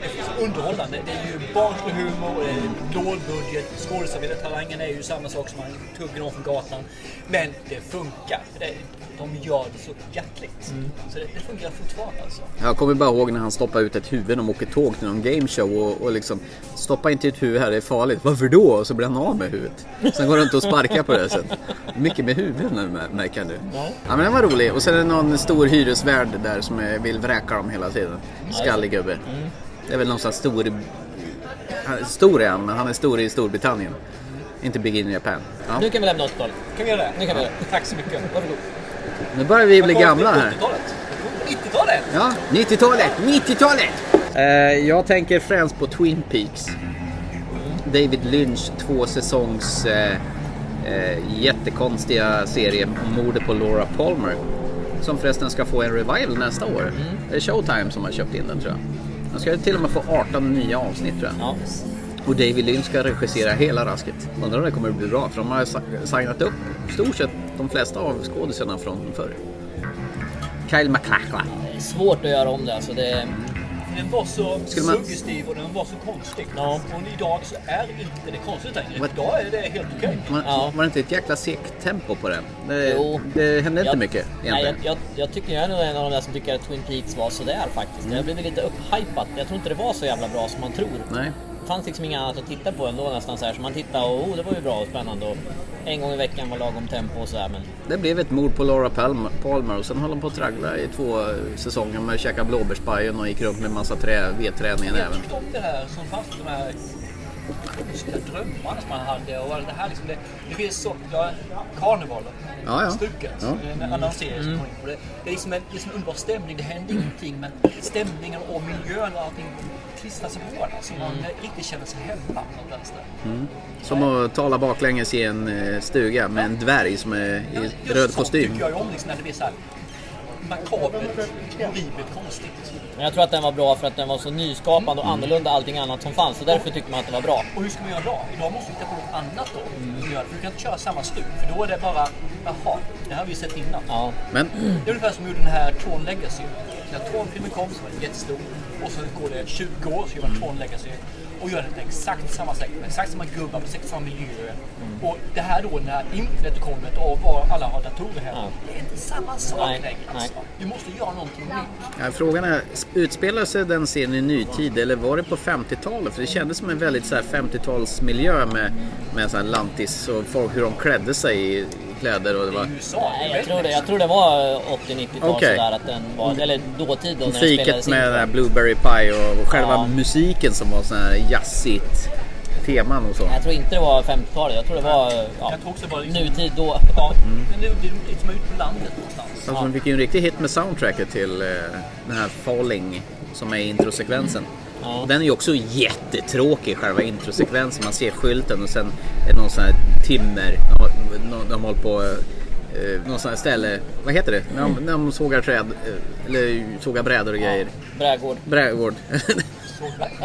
det är så underhållande. Det är ju barnslig humor, det är låg budget, skådespelartalangen är ju samma sak som man tuggar någon från gatan. Men det funkar. Det, de gör det så hjärtligt.
Mm.
Så det, det fungerar fortfarande alltså.
Jag kommer bara ihåg när han stoppade ut ett huvud och åker tåg till någon gameshow och, och liksom Stoppa inte ut huvud här, det är farligt. Varför då? Och så blir han av med huvudet. Sen går han runt och sparkar på det sättet. Mycket med huvuden nu mär- märker du. Ja men den var rolig. Och sen är det någon stor hyresvärd där som eh, vill vräka dem hela tiden. Skallig gubbe. Det Mm. är väl någon sån här stor... han- Stor är han, men han är stor i Storbritannien. Inte Big in Japan. Ja.
Nu kan vi lämna 80-talet.
Kan vi göra det?
Nu kan vi göra
Tack så mycket. Varsågod.
Nu börjar vi bli gamla här.
80-talet. 90-talet!
Ja, 90-talet! 90-talet! Eh, jag tänker främst på Twin Peaks. David Lynch två säsongs eh, eh, jättekonstiga serie Mordet på Laura Palmer. Som förresten ska få en revival nästa år. Det är Showtime som har köpt in den tror jag. Den ska till och med få 18 nya avsnitt tror jag.
Ja.
Och David Lynch ska regissera hela rasket. Undrar om det kommer att bli bra för de har sa- signat upp i stort sett de flesta av skådisarna från förr. Kyle MacLachlan.
Det är svårt att göra om det alltså. Det,
Den var så
Skulle man-
suggestiv och den var så konstig.
Ja.
Och idag så är inte det konstigt längre.
What?
Idag är det helt okej.
Man,
Ja.
Var det inte ett jäkla segt tempo på den? Det,
Jo.
det hände inte
jag-
mycket
nej,
egentligen.
jag, jag, jag tycker jag är nog en av de där som tycker att Twin Peaks var sådär faktiskt.
Mm.
Jag blev lite upphypat. Jag tror inte det var så jävla bra som man tror.
Nej.
Det fanns liksom inget annat att titta på ändå nästan så här. Så man tittade och oh, det var ju bra och spännande. Och en gång i veckan var lagom tempo och sådär. Men
Det blev ett mord på Laura Palm- Palmer och sen höll de på att traggla i två eh, säsonger med att käka blåbärspajen och gick runt med massa trä, vedträn i
Jag
näven.
tyckte om det här som fanns de här konstiga drömmarna som man hade. Och det här liksom, det, det finns så, ja, Carnival,
Ja, ja.
stuket,
Ja. Mm.
en annan serie som kom in på det. Det är liksom en, liksom en underbar stämning, det händer ingenting men stämningen och miljön och allting klistrar sig på en. Alltså, man
Mm.
riktigt känner sig hemma någonstans där.
Som att tala baklänges i en eh, stuga med en dvärg som är i
Just
röd
sånt
kostym.
tycker jag ju om liksom, när det blir så här makabert, horribelt, konstigt.
Men jag tror att den var bra för att den var så nyskapande
Mm.
och annorlunda allting annat som fanns. Så därför tyckte man att det var bra.
Och hur ska man göra idag? Idag måste vi hitta på något annat då.
Mm.
som gör det. För du kan inte köra samma stuk, för då är det bara, jaha, det här har vi ju sett innan.
Ja.
Men
Det är ungefär som gjorde den här Tron Legacy. När Tron-filmen kom så var den jättestor och sen går det 20 år så gör
Mm.
man Tron Legacy och gör den på exakt samma sätt med exakt samma gubbar, med exakt samma miljö.
Mm.
Och det här då när internet har kommit och var alla har datorer hemma.
Ja.
Det är inte samma sak
Nej,
längre. Alltså.
nej.
Du måste göra någonting nytt.
ja, frågan är, utspelar sig den scenen i nutid eller var det på 50-talet? För det kändes som en väldigt så här 50-talsmiljö med, med så här lantis och folk, hur de klädde sig i i kläder och det var...
I USA,
Nej,
det är
jag tror det,
redneck.
jag tror det var 80-90-tal
Okej. Mm.
sådär att den var, eller dåtid då när den
Fiket
spelades in.
med den här Blueberry Pie och och själva
Ja.
musiken som var sån här jazzigt teman och så.
Jag tror inte det var 50-talet, jag tror det var eh, ja,
Jag tror också det var liksom-
nutid då.
Ja,
Mm.
men det blir liksom ut på landet någonstans.
Alltså, de fick ju en riktig hit med soundtracket till eh, den här Falling som är introsekvensen.
Ja.
Den är ju också jättetråkig själva introsekvensen. Man ser skylten och sen är det någon sån här timmer. De, har- de, de håller på eh, någon sån här ställe. Vad heter det?
Mm.
När de, när de sågar träd eh, eller sågar brädor och grejer.
Brädgård.
Brädgård.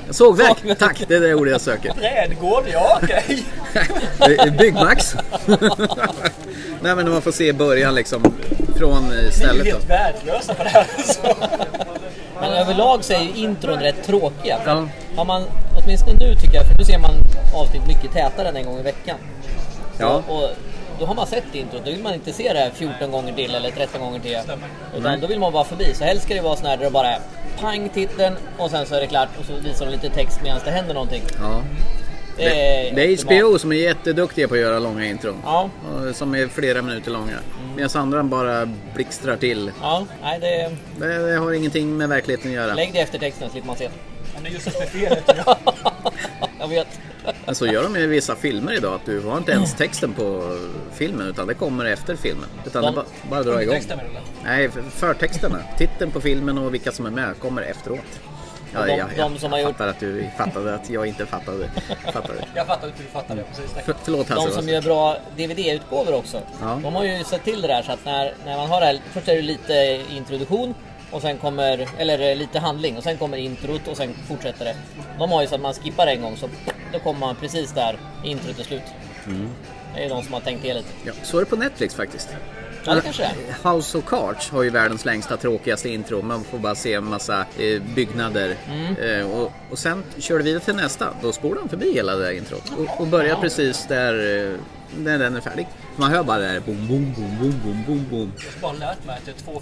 Sågverk, tack! Det är det ordet jag söker.
Brädgård, ja okej.
Eh, Byggmax. Nej men man får se i början liksom från eh,
Ni är ju
stället.
helt
Då.
värdelösa på det här. Så.
Men överlag så är ju intron rätt tråkiga. För Har man, åtminstone nu tycker jag, för nu ser man avsnitt mycket tätare än en gång i veckan. Så,
Ja.
Och då har man sett introt, då vill man inte se det här 14 gånger till eller 13 gånger till. Utan
Mm.
då vill man vara förbi. Så helst ska det vara sån här där det bara är pang titeln och sen så är det klart och så visar de lite text medan det händer någonting.
Ja.
Det är
Det, det är
optimalt.
HBO som är jätteduktiga på att göra långa intron.
Ja.
Och Som är flera minuter långa. Medan andra bara blixtrar till.
Ja, nej det...
Det, det har ingenting med verkligheten att göra.
Lägg det efter texten så slipper man se det.
Men det är just det som är felet. ja.
Jag vet.
Men så Alltså, gör de ju i vissa filmer idag. Att du har inte ens texten på filmen utan det kommer efter filmen. Utan det
De-
bara, bara drar igång.
Undertexten menar
Nej, för- förtexterna. Titeln på filmen och vilka som är med kommer efteråt. Ja,
Och de-
ja,
de
ja.
som
jag fattar att du fattade att jag inte fattade. fattade.
Jag fattar inte hur du fattar det. Precis.
För, förlåt Hasse.
De som gör bra DVD-utgåvor också. De har ju sett till det där så att när, när man har det här, först är det lite introduktion och sen kommer, eller eh, lite handling och sen kommer introt och sen fortsätter det. De har ju så att man skippar en gång så då kommer man precis där introt är slut.
Mm.
Det är ju de som har tänkt till lite.
Ja, så är det på Netflix faktiskt.
Ja, det kanske det
House of Cards har ju världens längsta, tråkigaste intro. Man får bara se en massa eh, byggnader.
Mm.
Eh, och, och sen kör du vidare till nästa. Då spolar de förbi hela det där introt. Och, och börjar precis där, eh, när den är färdig. Man hör bara det här boom, boom, boom, boom, boom, boom, boom.
Jag har bara lärt mig att det är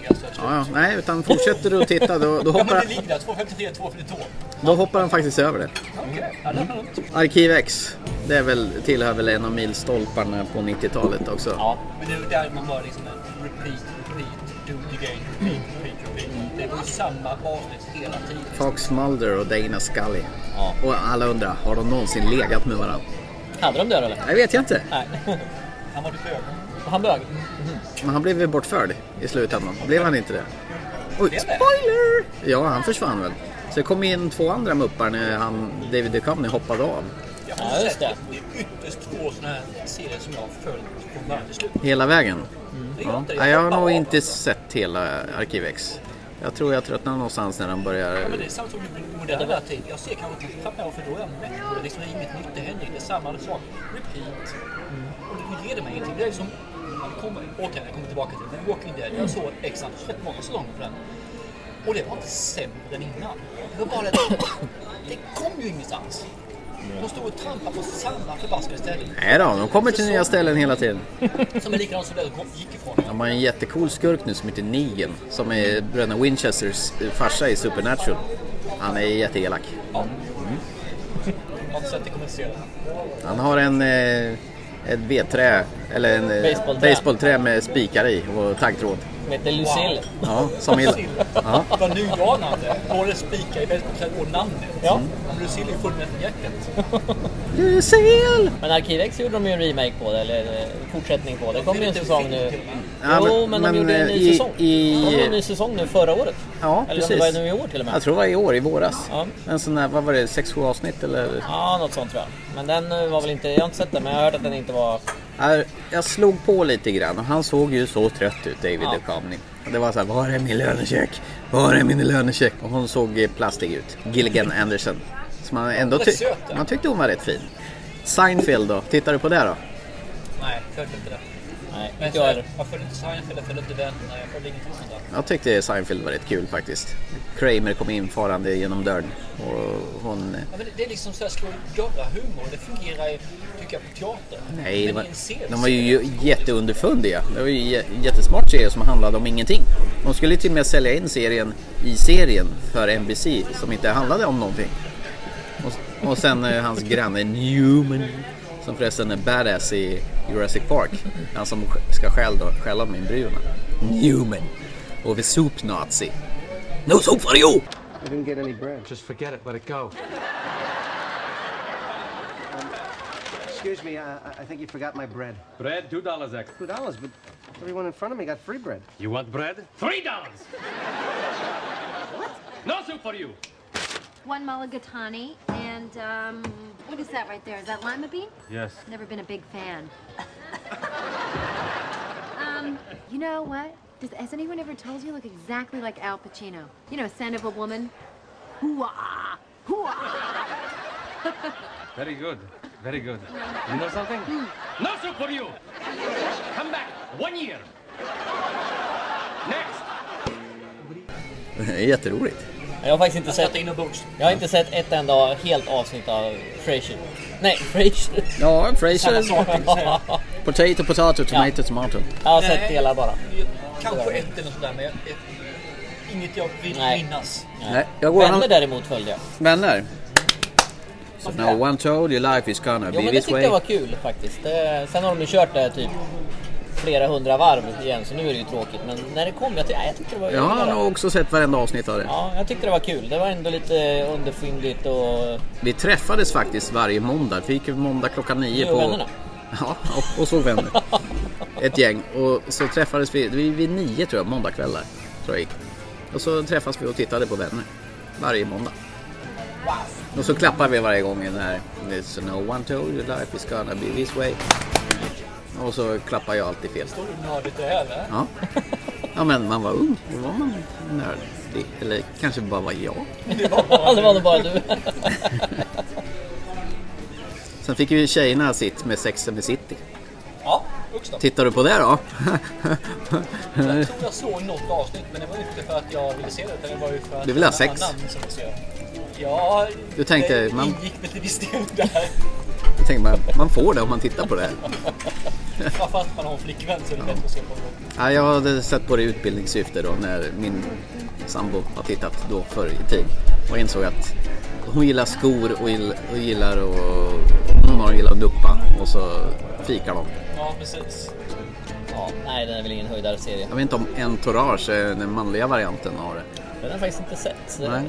2.53 så jag tror.
Ja, ja. Nej, utan fortsätter du att titta då, då,
ja, men
hoppar,
det ligger där. 2.53, 2.52.
då hoppar de faktiskt över det.
Okej, ja, det
Mm.
var lugnt.
Arkiv X, det är väl, tillhör väl en av milstolparna på 90-talet också.
Men det är där man bara liksom en repeat, repeat, do it again, repeat, repeat, repeat. Det var ju samma avsnitt hela tiden.
Fox Mulder och Dana Scully.
Ja.
Och alla undrar, har de någonsin legat med varandra?
Hade de det eller?
Det vet jag inte.
Nej.
Han var Mm. bög.
Han bög?
Men han blev väl bortförd i slutändan? Blev han inte det? Oj,
spoiler!
Ja, han försvann väl. Så det kom in två andra muppar när han, David Duchovny hoppade av.
Jag har sett det. Det är ytterst få sådana här serier som jag har följt från början till slut.
Hela vägen?
Det gör
Ja.
inte det.
Nej, jag har nog inte sett hela Arkivex. Jag tror jag tröttnade någonstans när han
Ja,
börjar...
men det är samma sak med den moderna tid. Jag ser kanske inte framför mig för då är jag mätt på det. Liksom, det är inget nytt, det händer Det är samma sak. Repeat.
Mm.
Och det ger det mig ingenting. Det är liksom, man kommer, återigen, jag kommer tillbaka till The Walking Dead. Jag såg x antal, rätt många säsonger på den. Och det var inte sämre än innan. Det var bara det det kom ju ingenstans. De stod och trampade på samma förbaskade ställe.
Nej då, de kommer till nya ställen hela tiden.
Som är likadant som det de kom- gick ifrån.
De har en jättecool skurk nu som heter Negan. Som är bröderna Winchesters eh, farsa i Supernatural. Han är jätteelak.
Jag har inte sett det kommunicerade.
Han har en... Eh, ett vedträ, eller en eh,
Baseballträ.
baseballträ med spikar i och taggtråd.
Som heter Lucille.
Ja, som vill. Ja.
Vad nydanande. Både spika i basebollträ och namnet. Ja. Lucille är full med hjärtat.
Lucille!
Men Arkivex gjorde de ju en remake på det, eller eh, fortsättning på det. Det kommer ju en säsong nu.
Ja, men-
jo, men,
men,
de gjorde en
eh,
ny
i-
säsong.
i-
De gjorde en ny säsong nu förra året.
Ja,
eller
precis.
om det var nu i år till och med.
Jag tror det var i år, i våras.
Ja.
En sån här, vad var det, 6-7 avsnitt eller?
Ja, något sånt tror jag. Men den eh, var väl inte, jag har inte sett den, men jag har hört att den inte var...
Här, Jag slog på lite grann och han såg ju så trött ut, David
Ja.
Duchovny. Och Det var så här, var är min lönecheck? Var är min lönecheck? Och hon såg eh, plastig ut. Gilligan Anderson. Så man ändå
Hon är
ty-
söt, ja.
man tyckte hon var rätt fin. Seinfeld då, tittar du på det då?
Nej, jag följde inte det.
Nej,
men
inte
så
jag
här, jag följde inte Seinfeld, jag följde inte Vännerna, jag följde ingenting sånt där.
Jag tyckte Seinfeld var rätt kul faktiskt. Kramer kom infarande genom dörren och hon... eh,
Ja, men det, det är liksom såhär slå göra humor, det fungerar ju, tycker jag, på teater.
Nej, det
men
var,
i en serie.
de var ju jätteunderfundiga. Det var ju en jä- jättesmart serie som handlade om ingenting. De skulle ju till och med sälja in serien i serien för NBC som inte handlade om någonting. Och, och sen eh, hans granne Newman som förresten är badass i Jurassic Park. Han som sk- ska skälla då- skälla med bruna. Newman. Och The Soup Nazi. No soup for you!
I didn't get any bread. Just forget it. Let it go. Excuse me. I, I- I think you forgot my bread.
Bread, two dollars extra.
Two dollars, but everyone in front of me got free bread.
You want bread? Three dollars. No soup for you.
One mulligatawny and um, what is that right there? Is that lima bean?
Yes.
Never been a big fan. um, you know what? Does, has anyone ever told you you look exactly like Al Pacino? You know, scent of a woman. Hoo-ah!
Very good. Very good. You know something? No soup for you! Come back one year. Next!
Det är jätteroligt.
Jag har faktiskt inte sett... Jag har inte sett ett enda helt avsnitt av Frasier. Nej, Frasier.
Ja, Frasier.
Samma sak, tänkte jag säga.
Potato, potato, tomato, tomato.
Jag har sett hela bara.
Kanske ett eller sådär, men jag, ett- inget jag vill minnas.
Nej, jag går
Vänner
an-
däremot följde jag.
Vänner. So no one told you life is gonna
Jo
be
men det
this
tyckte
way.
jag var kul faktiskt. Det, sen har de ju kört det typ flera hundra varv igen så nu är det ju tråkigt. Men när det kom, jag, ty- nej, jag tyckte det var
Jag har
gillade det.
nog också sett varenda avsnitt av det.
Ja, jag tyckte det var kul. Det var ändå lite underfundigt och...
Vi träffades faktiskt varje måndag. Vi gick ju måndag klockan nio
Ni
på...
och vännerna?
Ja, och, och såg vänner. Ett gäng. Och så träffades vi, vi vid nio tror jag, måndagkvällar. Tror jag gick. Och så träffades vi och tittade på vänner. Varje måndag. Och så klappar vi varje gång i den här It's no one told you life is gonna be this way. Och så klappar jag alltid fel.
Står du nördigt det här eller?
Ja. ja, men man var ung. Då var man nördig. Eller kanske bara var jag.
det var nog bara du.
Sen fick ju tjejerna sitt med Sex and the City.
Ja, vuxna.
Tittar du på det då?
Jag tror jag såg något avsnitt men det var ju inte för att jag ville se det utan det var ju för att
Du ville ha
det var någon
sex?
annan som ville se det. Ja,
Du tänkte,
det
man-
ingick väl till viss del där.
Jag tänkte bara, man får det om man tittar på det.
Bara för att man har en flickvän så är det bättre att se på någon.
Ja, jag hade sett på det i utbildningssyfte då när min sambo har tittat då förr i tid och insåg att hon gillar skor och gill- och gillar och hon har gillar att duppa och så fikar de.
Ja, precis. Ja, nej, den är väl ingen höjdarserie.
Jag vet inte om Entourage, är den manliga varianten av det.
Den har jag faktiskt inte sett. Så
Nej.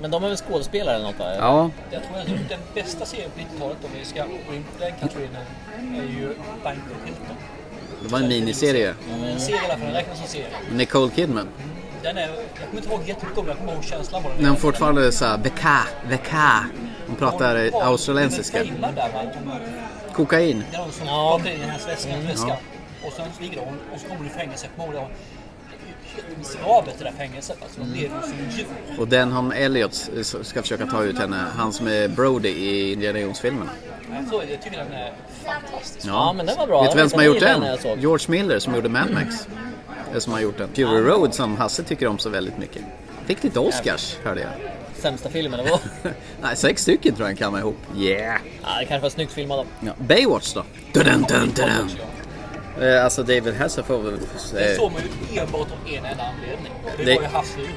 Men de är väl skådespelare eller något va?
Ja.
Jag tror ändå den bästa serien på 90-talet om vi ska gå in på den kategorin är ju Banker Hilton.
Det var en miniserie.
Mm.
En serie i alla fall, den räknas som serie.
Nicole Kidman.
Den är, jag kommer inte ihåg jättemycket om den, jag kommer ihåg känslan bara.
När hon fortfarande sa veka, veka. Hon pratar
Hon-
australiensiska.
Hon failar där va?
Kokain.
Det är någon som plockar in i hennes väska,
Mm.
väska.
Ja.
och sen ligger hon och så kommer hon i fängelse. Kommer hon- Det är helt miserabelt det där fängelset. Alltså, de lever som djur.
Och den han Elliot eh, ska försöka ta ut henne. Han som är Brody i Indiana Jones-filmerna.
Jag, tror, jag tycker den är fantastisk.
Vet du vem som har gjort den?
Jag såg. Mm.
George Miller som gjorde Mad Max. Eller Som har gjort den. Fury Road som Hasse tycker om så väldigt mycket. Fick lite Oscars hörde jag.
Sämsta filmen det var.
Nej, sex stycken tror jag han kammade ihop. Yeah!
ja, det kanske var snyggt filmat. då.
Ja. Baywatch då? Dun, dun, dun, dun. Eh, Alltså David Hasselhoff.
Den såg man ju enbart av en enda anledning. Det,
Det-
var ju havsdjurna.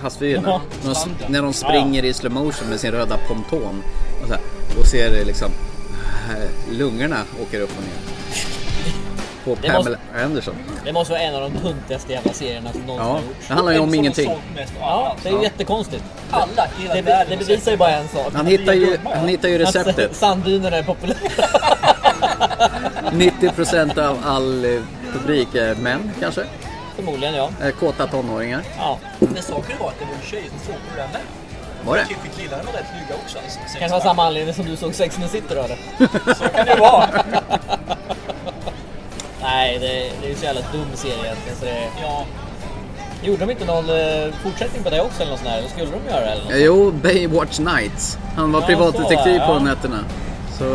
havsfyrorna.
Ja,
När de-
standard.
När de springer i slow motion med sin röda ponton. Och, så här, och ser det liksom eh, lungorna åker upp och ner. På
Det
Pamela
måste-
Anderson.
Det måste vara en av de tuntigaste jävla serierna som någonsin
Ja,
har gjorts.
det handlar ju om
Den som har
ingenting.
sålt mest av alla. Ja, det är
Ja.
jättekonstigt.
Alla i hela
Det, be-
världen
det
har
bevisar ju
sett
bara en sak.
Han hittar ju, han hittar ju
Att
receptet.
Sanddynerna är
Typ
populära.
90% av all eh, publik är män kanske.
Förmodligen ja.
Eh, Kåta tonåringar.
ja.
Men saken var att det var en tjej som såg på den där.
Var det?
Jag tycker killarna var rätt snygga också. Alltså.
Kanske var samma anledning som du såg Sex and the City då. eller?
Så kan det vara.
Nej, det, det är ju så jävla dum serie egentligen. Så det...
ja.
Gjorde de inte någon eh, fortsättning på det också eller något sånt där? Vad skulle de göra eller något?
Eh, Jo, Baywatch Nights. Han var
Ja,
privatdetektiv
så,
på
ja.
nätterna. Så...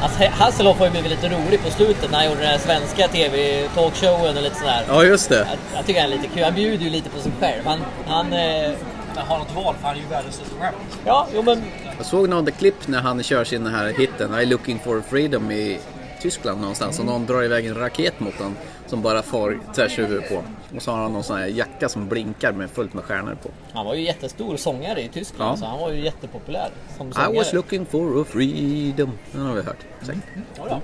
Alltså, He- Hasselhoff har ju blivit lite rolig på slutet när han gjorde den här svenska TV-talkshowen och lite sådär.
Ja, just det.
Jag, jag tycker han är lite kul. Han bjuder ju lite på sig själv. Han... han eh...
Men har något val för han är ju världens största skämt.
Ja, jo men...
Jag såg någon klipp när han kör sin här hitten I looking for freedom i Tyskland någonstans och någon drar iväg en raket mot honom som bara far tvärs huvudet på. Och så har han någon sån här jacka som blinkar med fullt med stjärnor på.
Han var ju jättestor sångare i Tyskland.
Ja. Äh,
Så han var ju jättepopulär som sångare.
I was looking for a freedom. Den har vi hört. säkert.
Jodå.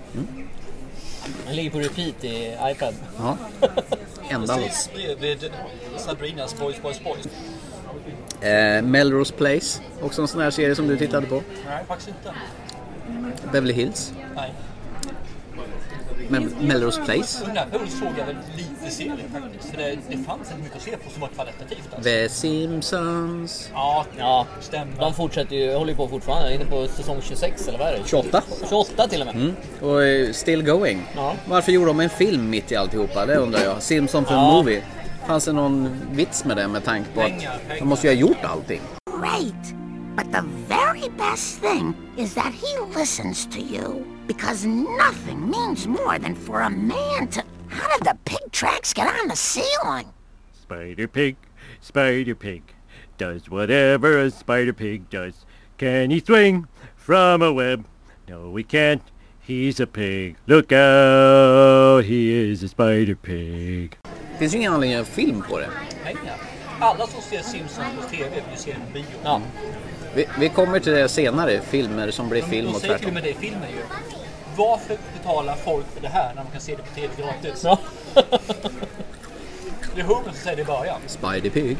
Han ligger på repeat i iPad.
Ja. Enda
Precis bredvid Sabrinas Boys Boys Boys.
Eh, Melrose Place, också en sån här serie som du tittade på.
Nej, faktiskt inte.
Beverly Hills.
Nej.
Men Melrose Place.
Under den här perioden såg jag väl lite serier faktiskt. För det, det fanns inte mycket att se på som var kvalitativt. Alltså.
The Simpsons.
Ja,
ja, stämmer. De fortsätter ju, håller ju på fortfarande. Jag är inne på säsong 26 eller vad är det?
28.
28 till och med.
Mm. Och eh, Still Going.
Ja.
Varför gjorde de en film mitt i alltihopa? Det undrar jag. Simpson för
Ja.
Movie. Fanns det någon vits med det med tanke på att
Pengar, pengar.
de måste ju ha gjort allting?
Wait!
But the very best thing is that he listens to you because nothing means more than for a man to. How did the pig tracks get on the ceiling?
Spider Pig, Spider Pig, does whatever a spider pig does. Can he swing from a web? No, he can't. He's a pig. Look out, he is a spider pig.
Det finns ju ingen anledning att göra film på det.
Pengar. Alla som ser Simpsons på TV vill se en bio.
Vi, vi kommer till det senare, filmer som blir film
de
och
säger till och
tvärtom.
med det i filmen ju. Varför betalar folk för det här när man kan se det på TV gratis? det är Homer som säger det i början.
Spider Pig.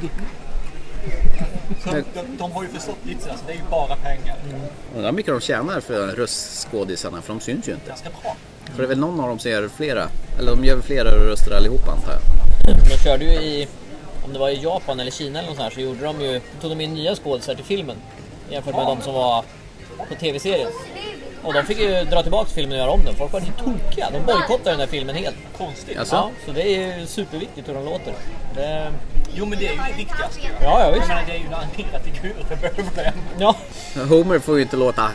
Så de, de har ju förstått vitsen, alltså, det är ju bara pengar.
Mm.
Undrar hur mycket de tjänar för röstskådisarna, för de syns ju inte.
Ganska bra.
För det är väl någon av dem som gör flera, eller de gör väl flera röster allihopa antar jag.
De körde ju i, om det var i Japan eller Kina eller något sånt här, så gjorde de ju, tog de in nya skådisar till filmen. Jämfört med de som var på tv-serien. Och de fick ju dra tillbaka filmen och göra om den. Folk var ju tokiga. De bojkottade den här filmen helt.
Konstigt.
Jaså?
Ja, så det är ju superviktigt hur de låter. Det...
Jo men det är ju det viktigaste ju.
Ja, ja, visst.
Jag menar, det är ju en animerad figur, det behöver den.
Ja.
Homer får ju inte låta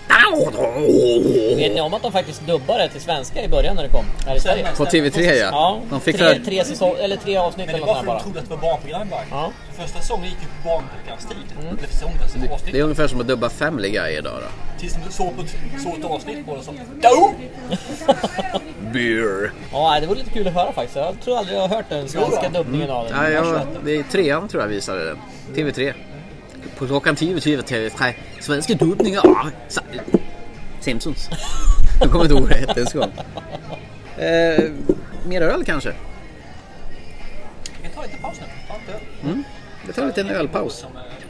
Vet ni om att de faktiskt dubbade det till svenska i början när det kom? Här i Sverige?
På TV3, ja.
ja.
De fick
tre,
för-
tre, säsong, eller tre avsnitt
Men det
eller
var
något
för
sånt
att
här
de
bara.
trodde att det var barnprogram bara. Första säsongen gick ju på barnprogrammets tid. Mm. Eller säsongen, alltså avsnitt.
Det är ungefär som att dubba Family Guy idag då.
Tills de såg på såg ett avsnitt på det och så... Do!
Beer.
Ja, nej, det vore lite kul att höra faktiskt. Jag tror aldrig jag har hört den svenska dubbningen av den.
Ja, ja, det är trean tror jag visade den. TV3. På klockan 10 TV, TV3. Svenska dubbningar. Ah, sa- Simpsons. Jag kommer inte ihåg vad det hette ens en gång. Eh, mer öl kanske?
Vi tar lite paus nu. Ta inte öl.
Mm. Vi tar en liten ölpaus.
Som, eh,